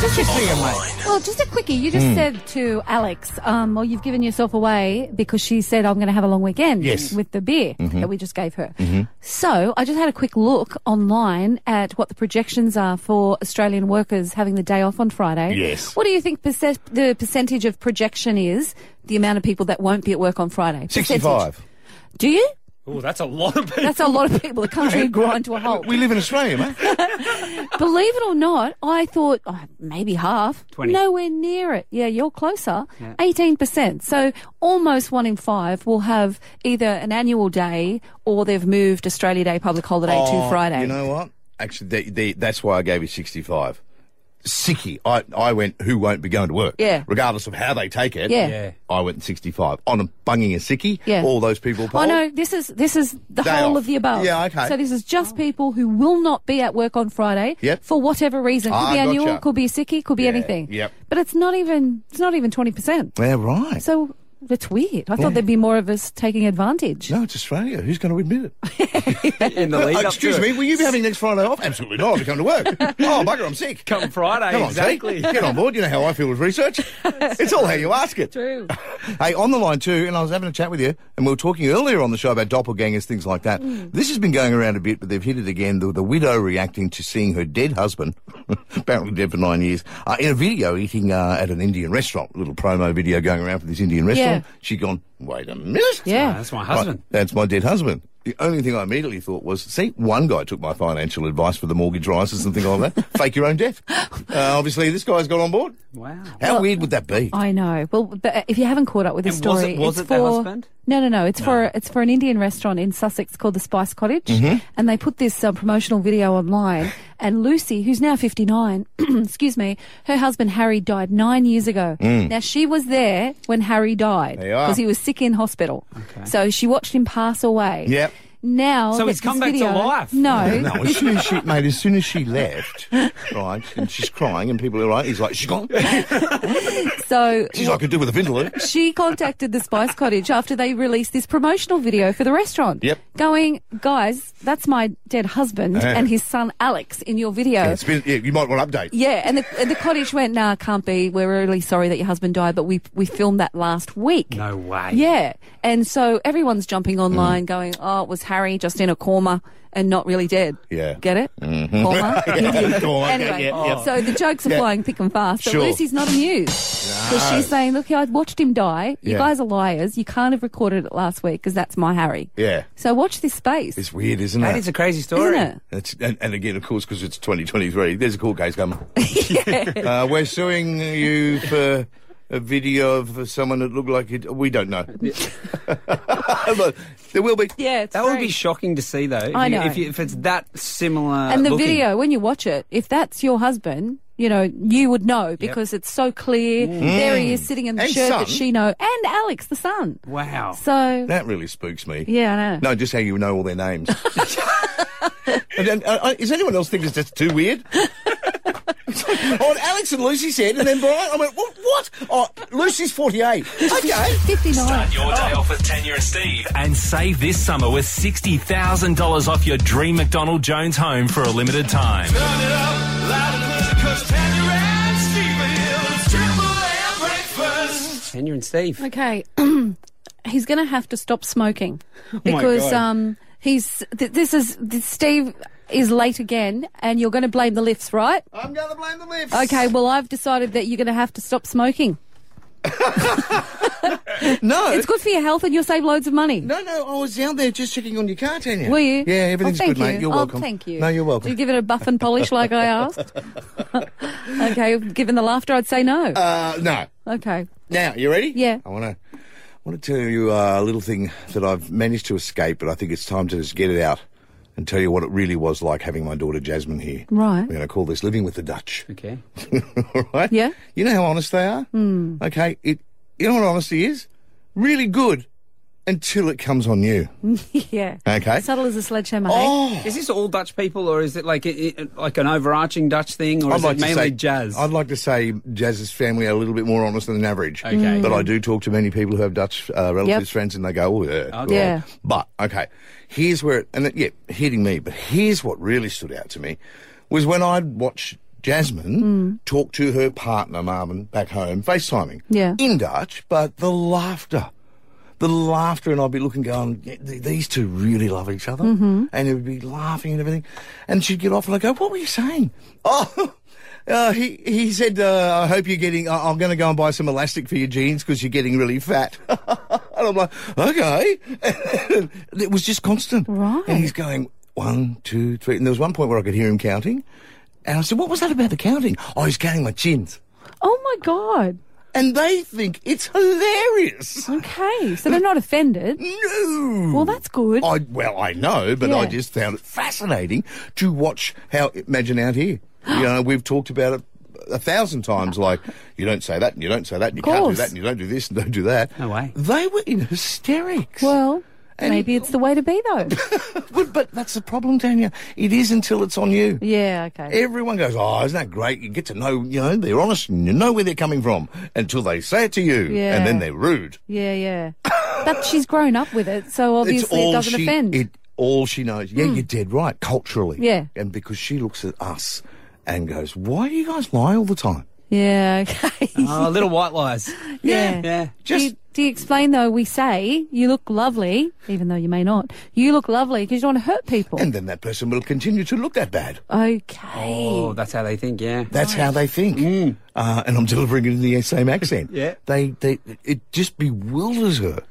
Just a Online. Well, just a quickie. You just Hmm. said to Alex, um, well, you've given yourself away because she said, I'm going to have a long weekend Yes. with the beer Mhm. that we just gave her. Mm-hmm. So I just had a quick look online at what the projections are for Australian workers having the day off on Friday. Yes. What do you think perce- the percentage of projection is? The amount of people that won't be at work on Friday. Percentage. Sixty-five. Do you? Oh, that's a lot of people. That's a lot of people. The country would grind to a halt. We live in Australia, mate. Believe it or not, I thought oh, maybe half. 20. Nowhere near it. Yeah, you're closer. Yeah. 18%. So almost one in five will have either an annual day or they've moved Australia Day public holiday Oh, to Friday. You know what? Actually, they, they, that's why I gave you 65. Sicky. I, I went, who won't be going to work? Yeah. Regardless of how they take it. Yeah. Yeah. I went 65. On a bunging a sicky, Yeah. all those people Oh polled. no! This is this is the Day whole off. of the above. Yeah, okay. So this is just people who will not be at work on Friday Yep. for whatever reason. Could Ah, be annual, gotcha. could be a sickie, could be anything. Yep. But it's not even it's not even twenty percent. Yeah, right. So that's weird. I Yeah. thought there'd be more of us taking advantage. no, it's Australia. Who's going to admit it? [laughs] In the Uh, lead up excuse to me, it. will you be having next Friday off? Absolutely not. I'll be [laughs] coming to work. oh, bugger, I'm sick. Come Friday, Come on, T. exactly. Get on board. You know how I feel [laughs] with research. it's all how you ask it. True. [laughs] Hey, on the line too, and I was having a chat with you, and we were talking earlier on the show about doppelgangers, things like that. Mm. This has been going around a bit, but they've hit it again. The, the widow reacting to seeing her dead husband, [laughs] apparently dead for nine years, uh, in a video eating uh, at an Indian restaurant. Little promo video going around for this Indian restaurant. Yeah. She'd gone, wait a minute. Yeah. Ah, That's my husband. Right, that's my dead husband. The only thing I immediately thought was, see, one guy took my financial advice for the mortgage rises and things like [laughs] that. Fake your own death. Uh, obviously, this guy's got on board. Wow. How weird would that be? I know. Well, but uh, if you haven't caught up with this And was story, it- was it's it their for husband? no, no, no. It's for it's for an Indian restaurant in Sussex called the Spice Cottage, Mm-hmm. Mhm. and they put this uh, promotional video online. And Lucy, who's now fifty nine, [clears throat] excuse me, her husband Harry died nine years ago. Mm. Now she was there when Harry died There you are. because he was sick in hospital, so she watched him pass away. Yep. now. So that he's this come back to video, [laughs] life. No. no. As soon as she, mate, as soon as she left, right, and she's crying, and people are right. He's like, she's gone. [laughs] so She's like, I could do with [laughs] a vindaloo. she contacted the Spice Cottage after they released this promotional video for the restaurant. Yep. Going, guys, that's my dead husband Yeah. and his son Alex in your video. Yeah, it's been, yeah, you might want to update. Yeah, and the, and the cottage went, nah, can't be. We're really sorry that your husband died, but we we filmed that last week. No way. Yeah, and so everyone's Mm. jumping online going, oh, it was Harry just in a coma and not really dead. Yeah. Get it? Mhm. Coma? [laughs] Yeah, coma, yeah, anyway, yeah, yeah. so the jokes are Yeah. flying thick and fast, but Sure. Lucy's not amused. Because No. she's saying, look, I watched him die. You Yeah. guys are liars. You can't have recorded it last week because that's my Harry. Yeah. So watch this space. It's weird, isn't it? That is a crazy story. Isn't it? It's, and, and again, of course, because it's 2023, there's a court [laughs] case coming. [laughs] uh, we're suing you for a video of someone that looked like it. We don't know. [laughs] But there will be. Yeah, it's that would be shocking to see, though. If I you- know. if, you, if it's that similar. and the looking. video, when you watch it, if that's your husband, you know, you would know because it's so clear. Mm. There he is sitting in the And shirt son. that she know, and Alex, the son. Wow. So That really spooks me. Yeah, I know. No, just how you know all [laughs] their names. and, and, uh, uh, is anyone else think it's just too [laughs] weird? It's like, oh, and Alex and Lucy said, and then Brian. I went, what? what? Oh, Lucy's 48. [laughs] Okay. 59. Start your day off with Tanya and Steve and save this summer with $60,000 off your dream McDonald Jones home for a limited time. Turn it up loud and clear, 'cause Tanya and Steve are here. It's Triple M breakfast. Tanya and Steve. Okay. [clears throat] he's going to have to stop smoking Oh my because God. um he's th- this is th- Steve is late again and you're going to blame the lifts, right? Oh. I'm going to blame the lifts. Okay, well I've decided that you're going to have to stop smoking. no. It's good for your health and you'll save loads of money. No, no, I was down there just checking on your car, Tanya. Were you? Yeah, everything's oh, thank good, mate. you. You're oh, welcome. thank you. No, you're Did you welcome. give it a buff and polish like I [laughs] asked? okay, given the laughter, I'd say no. Uh, no. okay. [laughs] Now, you ready? Yeah. I want to I want to tell you uh, a little thing that I've managed to escape, but I think it's time to just get it out and tell you what it really was like having my daughter Jasmine here. Right. We're going to call this living with the Dutch. [laughs] Okay. All right? Yeah. You know how honest they are? Hmm. Okay, it you know what honesty is? Really good until it comes on you. yeah. Okay. Subtle as a sledgehammer. Oh. Is this all Dutch people, or is it like i i like an overarching Dutch thing, or is it mainly jazz? I'd like to say Jazz's family are a little bit more honest than average. Okay. Mm. But I do talk to many people who have Dutch uh, relatives, friends, and they go, oh, yeah. well." Yeah. But, okay, here's where, it, and it, yeah, hitting me, but here's what really stood out to me was when I'd watch Hmm. Jasmine talk to her partner, Marvin, back home, FaceTiming. Yeah. In Dutch, but the laughter. The laughter, and I'd be looking, going, "Yeah, th- these two really love each other. Mhm. And it would be laughing and everything. And she'd get off, and I'd go, What were you saying? [laughs] Oh, uh, he, he said, uh, I hope you're getting, I- I'm going to go and buy some elastic for your jeans because you're getting really fat. [laughs] and I'm like, Okay. [laughs] it was just constant. Right. And he's going, One, two, three. And there was one point where I could hear him counting. And I said, What was that about the counting? Oh, he's counting my chins. Oh my god. And they think it's hilarious. Okay, so they're not offended. No. Well, that's good. I well, I know, but I Yeah. just found it fascinating to watch how. Imagine out here, you know, we've talked about it a thousand times. Like you don't say that, and you don't say that, and you can't do course. that, and you don't do this, and don't do that. No way. They were in hysterics. Well, And- maybe it's the way to be though. [laughs] But, but that's the problem, Tanya. It is until it's on you. yeah. Okay. Everyone goes, oh, isn't that great? You get to know, you know, they're honest and you know where they're coming from until they say it to you, and Yeah. then they're rude. yeah. Yeah. But she's grown up with it, so It's obviously it all doesn't she, offend. Mm. It all she knows. Yeah, you're dead right. Culturally. Yeah. And because she looks at us and goes, "Why do you guys lie all the time?" yeah. [laughs] Okay. Uh-huh. Oh, little white lies. [laughs] yeah. Yeah. do, you, do you explain though? We say you look lovely, even though you may not. You look lovely because you don't want to hurt people. And then that person will continue to look that bad. okay. Oh, that's how they think. Yeah. That's how they think. Uh, and I'm delivering it in the same accent. Yeah. They, they, it just bewilders her.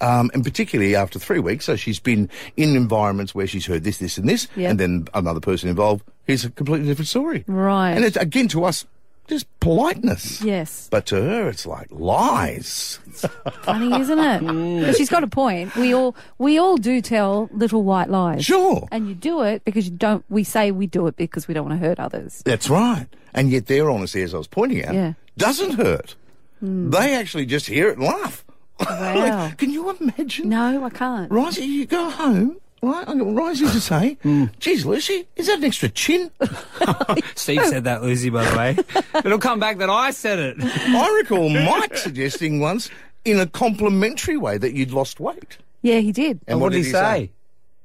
Um, and particularly after three weeks, so she's been in environments where she's heard this, this, and this, Yeah. and then another person involved. Here's a completely different story. Right. And it's, again, to us, just politeness. Yes. [laughs] But to her, it's like lies. Funny, isn't it? Mm. But she's got a point. We all we all do tell little white lies. Sure. And you do it because you don't. We say we do it because we don't want to hurt others. That's right. And yet their honesty, as I was pointing out, Yeah. Hmm. doesn't hurt. They actually just [laughs] hear it and laugh. Wow. Can you imagine? No, I can't. Right, you go home Right, I got Rising to [laughs] say, Hmm. geez, Lucy, is that an extra chin? Steve said that, Lucy, by the way. [laughs] It'll come back that I said it. I recall Mike suggesting once, in a complimentary way, that you'd lost weight. Yeah, he did.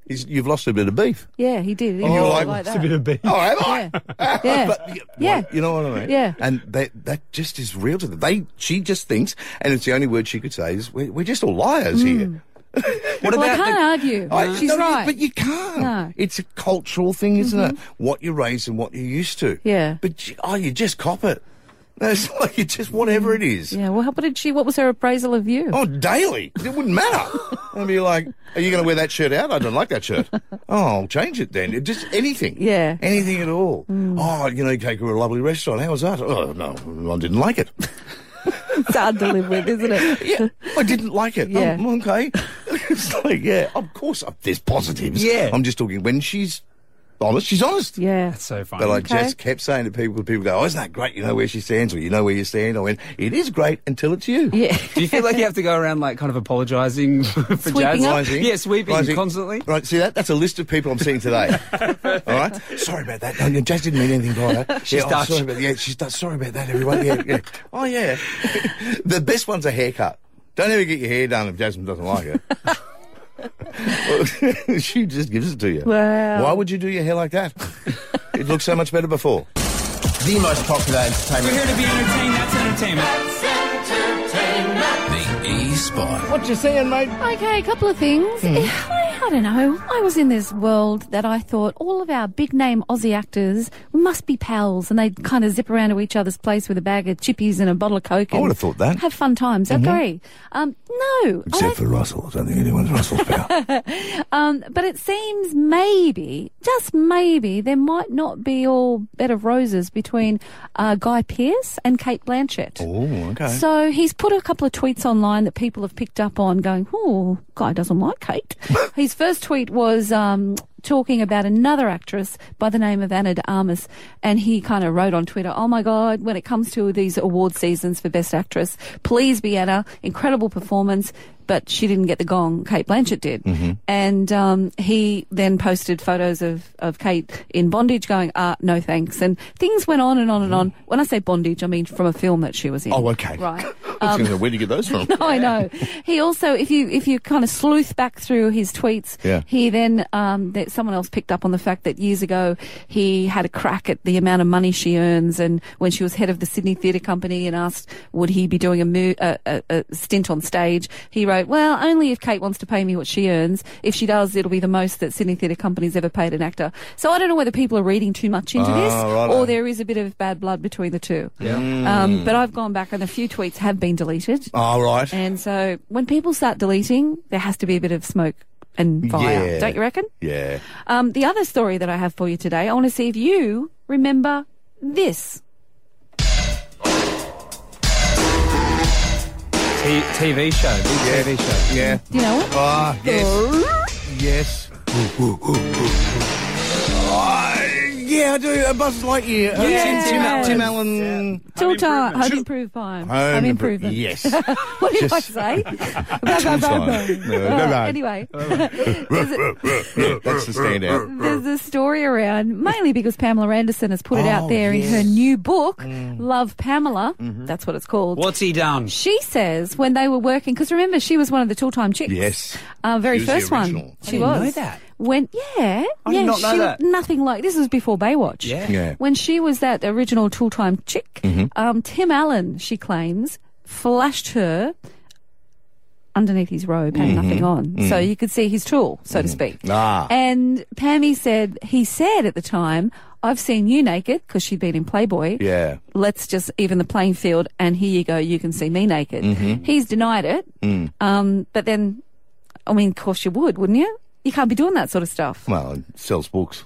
He's, you've lost a bit [laughs] of beef. Yeah, he did. He And you're was Oh, like, like "It's a that. bit of beef." Oh, am I? Yeah. yeah. [laughs] yeah. You know what I mean? Yeah. And that that just is real to them. They she just thinks, and it's the only word she could say is, "We're, we're just all liars [laughs] here." What Mm. well, I can't argue. I- She's no, no, right. But you can't. No. Mm-hmm. It's a cultural thing, isn't it? What you're raised and what you're used to. Yeah. But you, oh, you just cop it. [laughs] No, It's like you just whatever it is. Yeah. Well, how- what did she? What was her appraisal of you? Oh, daily. It [laughs] wouldn't matter. I'd be like, "Are you going to wear that shirt out? I don't like that shirt. Oh, I'll change it then. It- Just anything. Yeah. Mm. Anything at all. Oh, you know, you take her to a lovely restaurant. How was that? Oh no, I [laughs] didn't like it. it's hard to live with, isn't it? yeah, I didn't like it. Yeah. Oh, okay. [laughs] it's like, yeah, of course. uh, There's positives. Yeah. I'm just talking when she's honest. She's honest. Yeah. That's so funny. But I just kept saying to people, people go, oh, isn't that great? You know where she stands or you know where you stand. I went, it is great until it's you. Yeah. Do you feel like you have to go around like kind of apologising [laughs] for Jazz? [laughs] Rising. Yeah, sweeping Rising. constantly. Right, see that? That's a list of people I'm seeing [laughs] today. All right? Sorry about that. No, Jazz didn't mean anything by [laughs] that. She's yeah, oh, Dutch. sorry about, yeah, she's Dutch. Sorry about that, everyone. Yeah, [laughs] yeah. Oh, yeah. the best one's a haircut. Don't ever get your hair done if Jasmine doesn't like it. [laughs] she just gives it to you. Wow. Why would you do your hair like that? it looked so much better before. The most popular entertainment. We're here to be entertained. That's entertainment. E-Spy. What you saying, mate? Okay, a couple of things. Hmm. I, I don't know. I was in this world that I thought all of our big name Aussie actors must be pals, and they kind of zip around to each other's place with a bag of chippies and a bottle of coke. I and would've thought that. Have fun times. Mhm. Agree. Um, no, I Except for Russell. I don't think anyone's Russell's pal. [laughs] um, but it seems maybe, just maybe, there might not be all bed of roses between uh, Guy Pearce and Kate Blanchett. Oh, okay. So he's put a couple of tweets online that people have picked up on, going, "Oh, Guy doesn't like Kate." His first tweet was. Um, Talking about another actress by the name of Anna de Armas, and he kind of wrote on Twitter, "Oh my God, when it comes to these award seasons for Best Actress, please be Anna, incredible performance, but she didn't get the gong. Kate Blanchett did." And um, he then posted photos of, of Kate in bondage going, ah, no thanks. And things went on and on and on. When I say bondage, I mean from a film that she was in. Oh, okay. Right. I was Um, gonna go, Where'd you get those from? [laughs] no, [laughs] I know. He also, if you if you kind of sleuth back through his tweets, Yeah. he then um, that someone else picked up on the fact that years ago he had a crack at the amount of money she earns, and when she was head of the Sydney Theatre Company, and asked would he be doing a, mo- a, a, a stint on stage, he wrote, "Well, only if Kate wants to pay me what she earns. If she does, it'll be the most that Sydney Theatre Company's ever paid an actor." So I don't know whether people are reading too much into Ah, this, righto. or there is a bit of bad blood between the two. Yeah. Mm. Um, but I've gone back, and a few tweets have been deleted. All right. And so when people start deleting, there has to be a bit of smoke and fire, Yeah. don't you reckon? Yeah. Um, the other story that I have for you today, I want to see if you remember this. T- TV show. Big TV show. Yeah. You know it? Ah, yes. yes. Ah, yeah, I do. A Buzz Lightyear. Uh, Yeah. Tim, Tim, Al- Tim Yes. Allen. Tilta, Home Improvement Time. Home Home Impro- Improvement. yes. [laughs] what did I Just- say? [laughs] Blah, blah, Tim blah, Time. blah. No, All right, no. Anyway, [laughs] yeah, [laughs] that's the standout. there's a story around, mainly because Pamela Anderson has put it Oh, out there in her new book, Love Pamela. That's what it's called. What's he done? She says when they were working, because remember she was one of the two-time chicks. Yes. uh, very She was the first one. original. I She didn't was. know that. When yeah, I did yeah, not know she that. nothing like this was before Baywatch. Yeah. Mm-hmm. Yeah. When she was that original two-time chick, um, Tim Allen, she claims, flashed her underneath his robe, had Mm-hmm. Mhm. nothing on, Mm. so Mhm. you could see his tool, so to speak. Ah. And Pammy said he said at the time, "I've seen you naked because she'd been in Playboy." Yeah. let's just even the playing field and here you go you can see me naked Mhm. he's denied it Mm. um, but then i mean of course you would wouldn't you you can't be doing that sort of stuff Well, it sells books.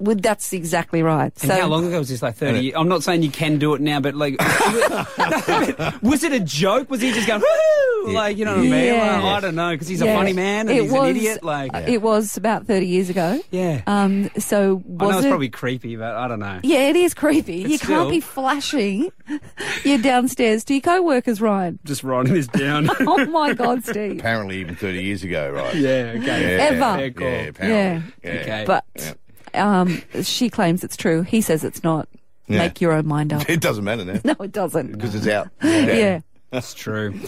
well, that's exactly right And how long ago was this? Like 30 years? I'm [laughs] not saying you can do it now, but like. No, but was it a joke? Was he just going, woohoo? Like, you know what I mean? Yeah. Like, I don't know, because he's a Yeah. funny man and It he's was- an idiot. Like, It was about 30 years ago. Yeah. Um, so I know was it's it? probably creepy, but I don't know. yeah, it is creepy. But you still- can't be flashing [laughs] your downstairs to your co-workers, Ryan. Just writing this down. [laughs] Oh my God, Steve. Apparently, even 30 years ago, right? Yeah, okay. Yeah, Ever. Yeah, Fair call. apparently. Yeah. Yeah. But um, she claims it's true. He says it's not. Yeah. Make your own mind [laughs] up. It doesn't matter now. No, it doesn't. Because it's out. Yeah. That's true.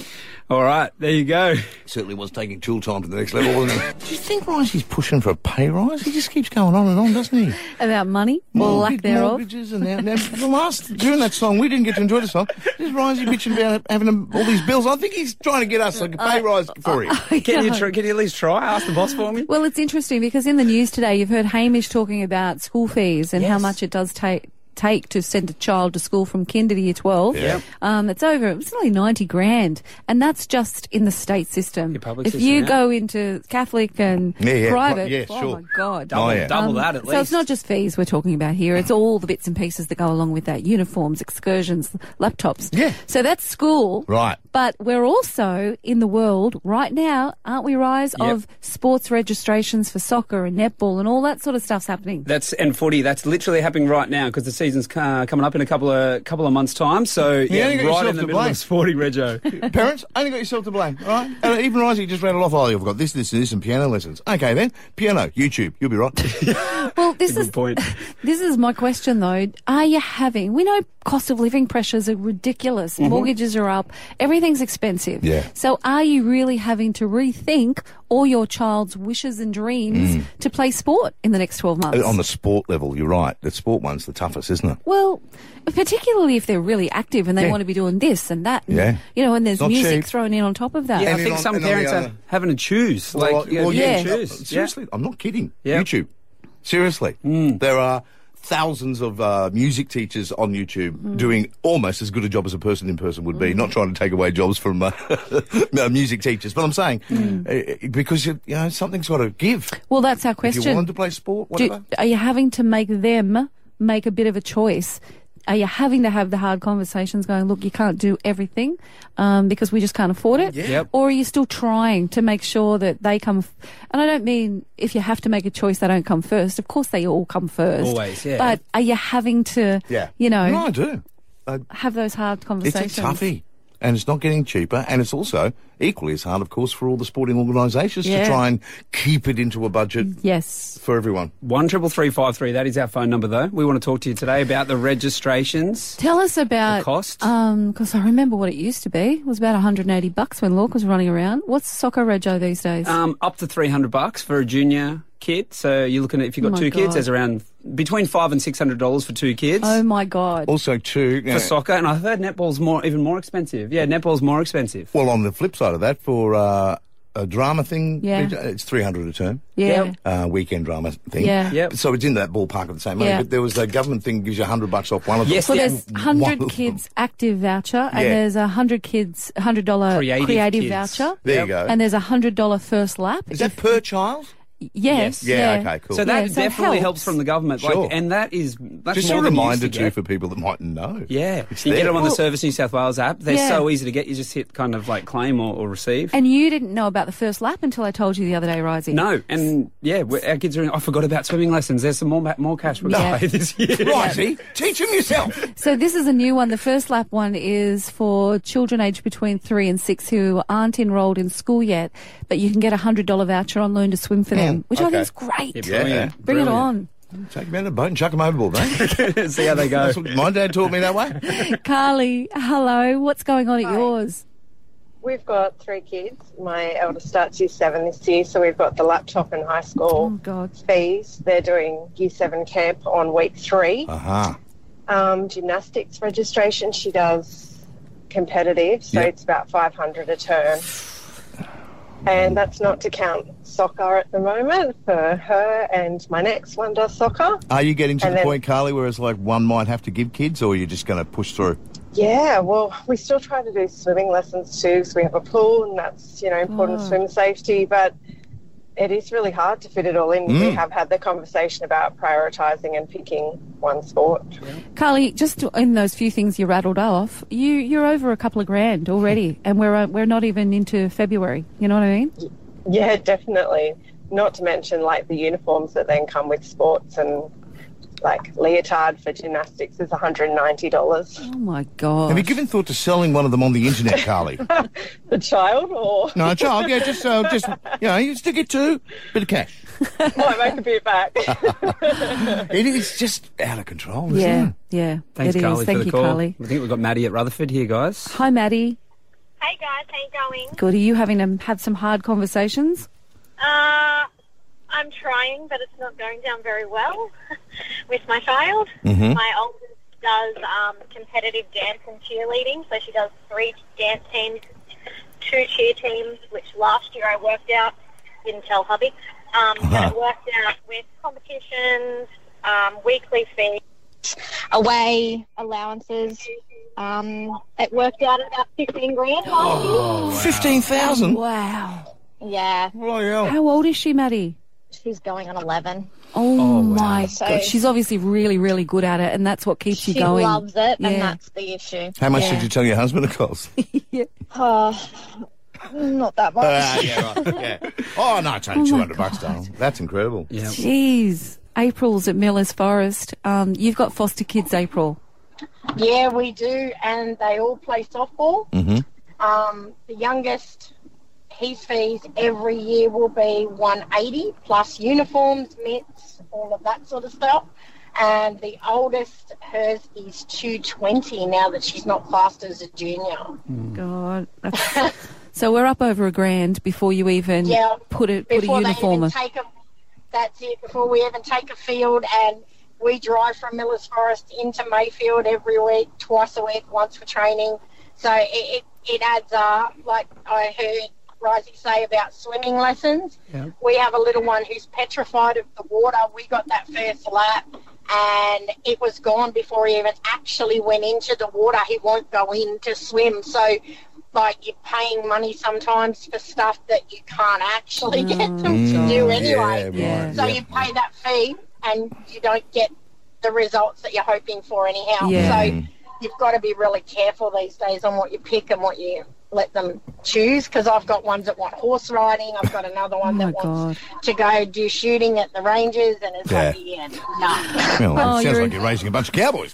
All right, there you go. Certainly was taking tool time to the next level, wasn't it? Do you think Ricey's pushing for a pay rise? He just keeps going on and on, doesn't he? About money or lack Big thereof. Mortgages and that. Now, the last, during that song, we didn't get to enjoy the song. This Ricey bitching about having all these bills. I think he's trying to get us like a pay rise for him. Can you, tr- can you at least try? Ask the boss for me. Well, it's interesting because in the news today, you've heard Hamish talking about school fees and how much it does take take to send a child to school from kinder to year 12 Yep. um, it's over it's only 90 grand and that's just in the state system public if system, you yeah. go into catholic and Yeah, yeah, private yeah, oh sure. my god Double- Oh, yeah. double that at Um, so it's least. not just fees we're talking about here it's all the bits and pieces that go along with that uniforms excursions laptops yeah so that's school Right. but we're also in the world right now, aren't we, Rise, Yep. of sports registrations for soccer and netball and all that sort of stuff's happening. That's and footy. That's literally happening right now because the season's uh, coming up in a couple of couple of months' time. So yeah, only got right yourself in the to middle blame. of sporting, Rego. Parents, only got yourself to blame, all right? And uh, even Ricey just rattled off, oh, I've got this, this, and this, and piano lessons. Okay, then. Piano, YouTube, you'll be right. Well, this is point. [laughs] this is my question though. Are you having? We know cost of living pressures are ridiculous. Mhm. Mortgages are up. Everything's expensive. Yeah. So are you really having to rethink all your child's wishes and dreams Mm. to play sport in the next twelve months? On the sport level, you're right. The sport one's the toughest, isn't it? Well, particularly if they're really active and they Yeah. want to be doing this and that. and, Yeah. You know, and there's Not music cheap. thrown in on top of that. Yeah, I think some parents are having to choose. Like, Well, you well, yeah, Uh, yeah. choose. Seriously, I'm not kidding. YouTube. Seriously. Hmm. There are thousands of uh, music teachers on YouTube Hmm. doing almost as good a job as a person in person would be. Not trying to take away jobs from uh, [laughs] uh, music teachers, but I'm saying Hmm. uh, because you, you know something's got to give. Well, that's our question. If you wanted to play sport, Do- whatever. are you having to make them make a bit of a choice? Are you having to have the hard conversations going, look, you can't do everything um, because we just can't afford it? Yeah. Yep. Or are you still trying to make sure that they come? F- and I don't mean if you have to make a choice, they don't come first. Of course, they all come first. Always, yeah. But are you having to, yeah, you know, no, I do. I, have those hard it's a conversations? toughie. And it's not getting cheaper, and it's also equally as hard, of course, for all the sporting organisations Yeah. to try and keep it into a budget Yes. for everyone. One triple three five three. That is our phone number, though. We want to talk to you today about the registrations. Tell us about The cost? because I remember what it used to be. It was about 180 bucks when Lork was running around. What's soccer rego these days? Um, up to three hundred bucks for a junior kid. So you're looking at if you've Oh got my two kids, God. there's around between five and six hundred dollars for two kids. oh my god! Also, too, for soccer, and I've heard netball's more even more expensive. Yeah, netball's more expensive. Well, on the flip side of that, for uh, a drama thing, Yeah. it's three hundred a term. Yeah. Yep. uh, weekend drama thing. Yeah. Yep. So it's in that ballpark of the same money. Yeah. But there was a government thing gives you hundred bucks off one of so them. there's [laughs] One 100 of kids active voucher, and Yeah. there's a 100 kids $100 creative, Creative kids. voucher. There you go. And there's a $100 first lap. Is that per child? Yes. Yeah, okay, cool. So that Yeah, so it definitely helps. helps. from the government. Sure. Like, and that is that's Just more a than you used reminder to too get. for people that mightn't know. Yeah, It's you can get there. them on the Well- Service New South Wales app. They're Yeah. so easy to get. You just hit kind of like claim or, or receive. And you didn't know about the first lap until I told you the other day, Rising. no, and yeah, we our kids are. In, I forgot about swimming lessons. There's some more ma- more cash we're Yeah. gonna pay this [laughs] year. Righty, teach them yourself. So this is a new one. The first lap one is for children aged between three and six who aren't enrolled in school yet, but you can get a hundred dollar voucher on Learn to Swim for them, which I Mm. Okay. think is great. Yeah, brilliant. Bring Brilliant. it on. Take them out of the boat and chuck them overboard, [laughs] mate. See how they go. That's what my dad taught me that way. Carly, hello. What's going on at yours? We've got three kids. My eldest starts year seven this year, so we've got the laptop and high school fees. They're doing year seven camp on week three. Uh-huh. Um, gymnastics registration, she does competitive, so Yep. it's about 500 a term. And that's not to count soccer at the moment for her, and my next one does soccer. Are you getting to And the then- point, Carly, where it's like one might have to give kids, or you're just going to push through? Yeah, well, we still try to Oh. do swimming lessons too, because we have a pool and that's you know important Ah. swim safety. But it is really hard to fit it all in. We Mm. have had the conversation about prioritising and picking one [laughs] sport. Carly, just in those few things you rattled off, you you're over a couple of grand already, and we're uh, we're not even into February. You know what I mean? Yeah, definitely. Not to mention like the uniforms that then come with sports and like leotard for gymnastics is [laughs] $190. Oh my god! Have you given thought to selling one of them on the internet, Carly? The child or [laughs] [laughs] no, child. Yeah, just uh, just you know, you stick it to bit of cash. I make a bit back. It is just out of control, isn't Yeah, it? yeah. Thanks, it is. Carly, Thank for the you, call. Carly. I think we've got Maddie at Rutherford here, guys. Hi, Maddie. Hey guys, how you going? Good. Are you having um, had some hard conversations? Uh, I'm trying, but it's not going down very well [laughs] with my child. Mhm. My oldest does um, competitive dance and cheerleading, so she does three dance teams, two cheer teams, which last year I worked out. Didn't tell hubby. Um, but Uh-huh. I worked out with competitions, um, weekly fees, away allowances. Um, it worked out at about 15 grand last year. Fifteen thousand. Wow. Yeah. How old is she, Maddie? She's going on 11. Oh, my So- god! She's obviously really, really good at it, and that's what keeps She you going. loves it, Yeah. and that's the issue. How much did you tell your husband it cost? Oh, not that much. [laughs] Ah, yeah, [laughs] right. Yeah. Oh no, it's only Oh, my two hundred bucks, darling. That's incredible. Yeah. Jeez, April's at Miller's Forest. Um, you've got foster kids, April. Yeah, we do, and they all play softball. Mm-hmm. Um, the youngest, his fees every year will be 180 plus uniforms, mitts, all of that sort of stuff. And the oldest, hers is 220 now that she's not classed as a junior. God. that's- [laughs] so we're up over a grand before you even Yeah. put a put a before uniform. They on. even take a, that's it. Before we even take a field, and we drive from Miller's Forest into Mayfield every week, twice a week, once for training. So it, it, it adds up. Like I heard Risey say about swimming lessons, Yeah. we have a little one who's petrified of the water. We got that first lap. And it was gone before he even actually went into the water. He won't go in to swim. So, like, you're paying money sometimes for stuff that you can't actually get Mm. them to do anyway. yeah, so, right, you pay that fee and you don't get the results that you're hoping for, anyhow. Yeah. So, you've got to be really careful these days on what you pick and what you let them choose because I've got ones that want horse riding, I've got another Oh one that wants to go do shooting at the ranges, and it's like, yeah, no. Well, Oh, it sounds you're like you're raising a bunch of [laughs] cowboys.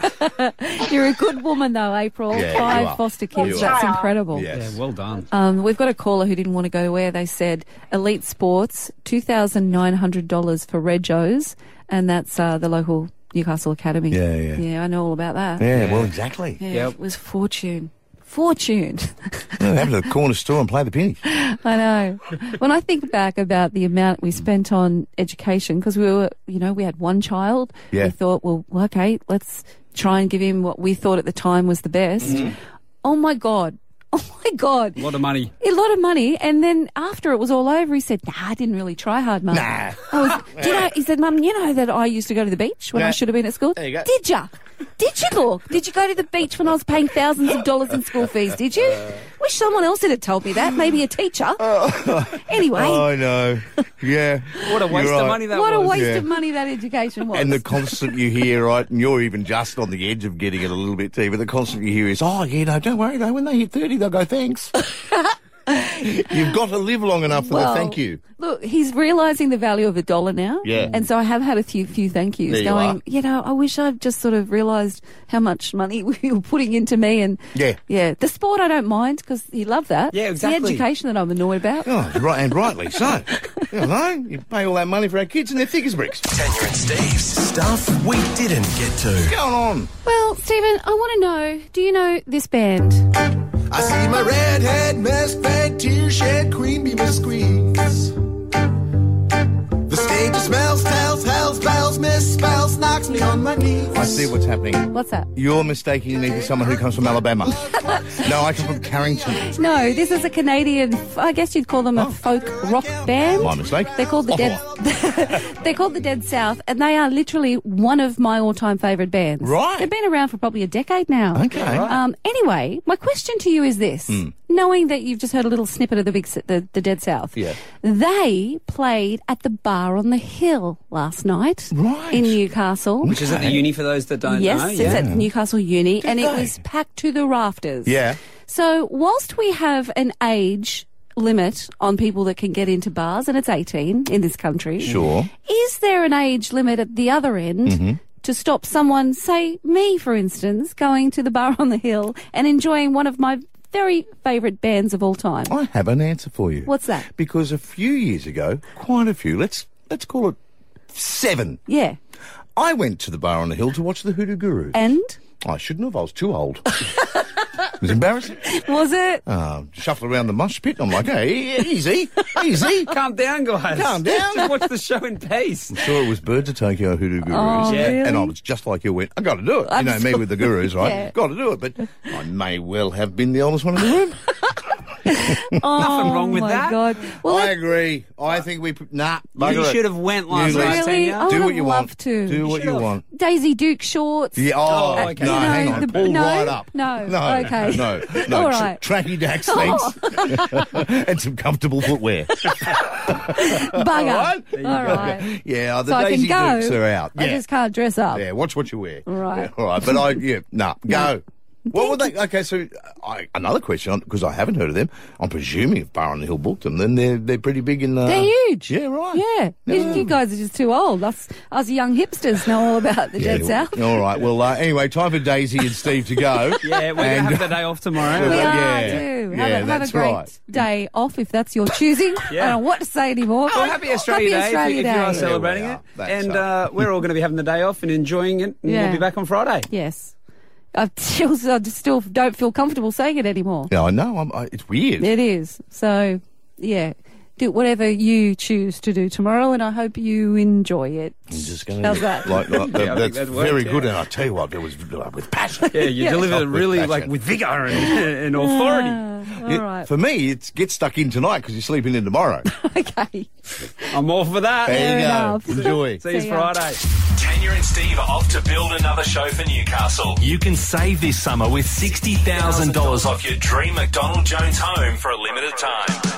You're a good woman though, April. Yeah, you are. Five foster You kids. are. That's incredible. Yeah, well done. Um, we've got a caller who didn't want to go where they said Elite Sports, $2,900 for Regos, and that's uh, the local Newcastle Academy. Yeah, yeah. Yeah, I know all about that. Yeah, well, exactly. Yeah, It was fortune. Fortune. No, have it at the corner store and play the penny. [laughs] I know. When I think back about the amount we spent on education, because we were, you know, we had one child. Yeah. We thought, well, well, okay, let's try and give him what we thought at the time was the best. Oh my God. [laughs] Oh my God. A lot of money. A lot of money, and then after it was all over, he said, "Nah, I didn't really try hard, mum." Nah. I was, do you know? He said, "Mum, you know that I used to go to the beach when I Nah. should have been at school. There you go. Did ya? Did you look? Did you go to the beach when I was paying thousands of dollars in school fees? Did you? Wish someone else had told me that. Maybe a teacher. anyway, I [laughs] know. Yeah. What a waste You're of right. money that what a was. waste Yeah. of money that education was. And the constant you hear, right, and you're even just on the edge of getting it a little bit too, but the constant you hear is, oh, yeah, no, don't worry, though. When they hit 30, they'll go, [laughs] thanks. You've got to live long enough for Well, the thank you. Look, he's realizing the value of a dollar now. Yeah. And so I have had a few few thank yous There you going, are. you, know, I wish I'd just sort of realized how much money [laughs] we were putting into me and Yeah. yeah, the sport I don't mind because you love that. Yeah, It's exactly. the education that I'm annoyed about. Oh, right, and rightly so. You know, you pay all that money for our kids and they're thick as bricks. Tanya and Steve's stuff we didn't get to. What's going on? Well, Stephen, I want to know, do you know this band? I see my redhead mask, fat tear shed, queen bee miss squeeze. The stage smells, tells, hells, bells, miss spells, knocks me on my knees. I see what's happening. What's that? You're mistaking me for someone who comes from Alabama. no, I come from Carrington. No, this is a Canadian. I guess you'd call them a folk rock band. Oh. My mistake. Oh. They're called the Dead, [laughs] They're called the Dead South, and they are literally one of my all-time favourite bands. Right. They've been around for probably a decade now. Okay. Right. Um, anyway, my question to you is this: Hmm. Knowing that you've just heard a little snippet of the big, S- the, the Dead South, Yeah. they played at the Bar on the Hill last night, right, in Newcastle, Which is at the uni for those that don't yes, know. it's at Newcastle Uni, and it was packed to the rafters. Yeah. So, whilst we have an age limit on people that can get into bars, and it's 18 in this country, Sure. is there an age limit at the other end? Mhm. To stop someone, say me for instance, going to the bar on the hill and enjoying one of my very favourite bands of all time. I have an answer for you. What's that? Because a few years ago, quite a few, let's let's call it seven. Yeah. I went to the bar on the hill to watch the Hoodoo Guru. And I shouldn't have. I was too old. it was embarrassing. was it? Uh, shuffle around the mush pit. I'm like, hey, easy, easy. Calm down, guys. Calm [laughs] down. Just watch the show in peace. I'm sure it was Birds of Tokyo Hoodoo Gurus. Oh, Yeah. And I really? was just like you went, I gotta do it. I'm you know, me sorry. with the gurus, right? Yeah. Gotta do it. But I may well have been the oldest one in the room. Nothing wrong with Oh, my that. God. Well, I agree. I think we nah. bugger You it. should have went You last lot. night. Really? Tanya. Oh. I Do would've what you loved want. to. Do what you want. Daisy Duke shorts. Yeah. Oh, Uh, okay. you no, know, hang on. the- Pull no, right up. No. no, Okay. no, [laughs] no. All right. Oh. Tra- tracky dacks, [laughs] thanks, [laughs] and some comfortable [laughs] footwear. Bugger. There you All go. right. Yeah, the so I Daisy can go. Dukes are out. I Yeah. just can't dress up. Yeah, watch what you wear. Right. Yeah, all right, but [laughs] I yeah, nah, go. What would they? Okay, so uh, I, another question because I haven't heard of them. I'm presuming if Bar on the Hill booked them, then they're they're pretty big in the. They're huge. Yeah, right. Yeah. You- Yeah. You guys are just too old. Us, us young hipsters know all about the Yeah, Dead South. All right. Well, uh, anyway, time for Daisy and Steve [laughs] to go. Yeah, we're And- going to have the day off tomorrow. We We yeah. are too. Have, a, Yeah, have a that's great right. day off if that's your [laughs] choosing. I don't know what to say anymore. Well, Oh, happy Australia Day if- Oh, Australia if, you are Day. celebrating it. That's And uh, we're all going to be having the day off and enjoying it. And Yeah. We'll be back on Friday. Yes. I still, I just still don't feel comfortable saying it anymore. Yeah, I know. I'm, I, it's weird. It is. So, yeah. Do whatever you choose to do tomorrow, and I hope you enjoy it. I'm just going How's that? [laughs] Like, like, [laughs] Yeah, I think that- that's that worked, very yeah. good. And I tell you what, it was like, with passion. [laughs] Yeah, you delivered it With really passion. like with vigour and, and authority. It- For me, it's get stuck in tonight because you're sleeping in tomorrow. I'm all for that. There you Fair go. [laughs] enough. Enjoy. See you See ya. Friday. Tanya and Steve are off to build another show for Newcastle. You can save this summer with $60,000 off your dream McDonald Jones home for a limited time.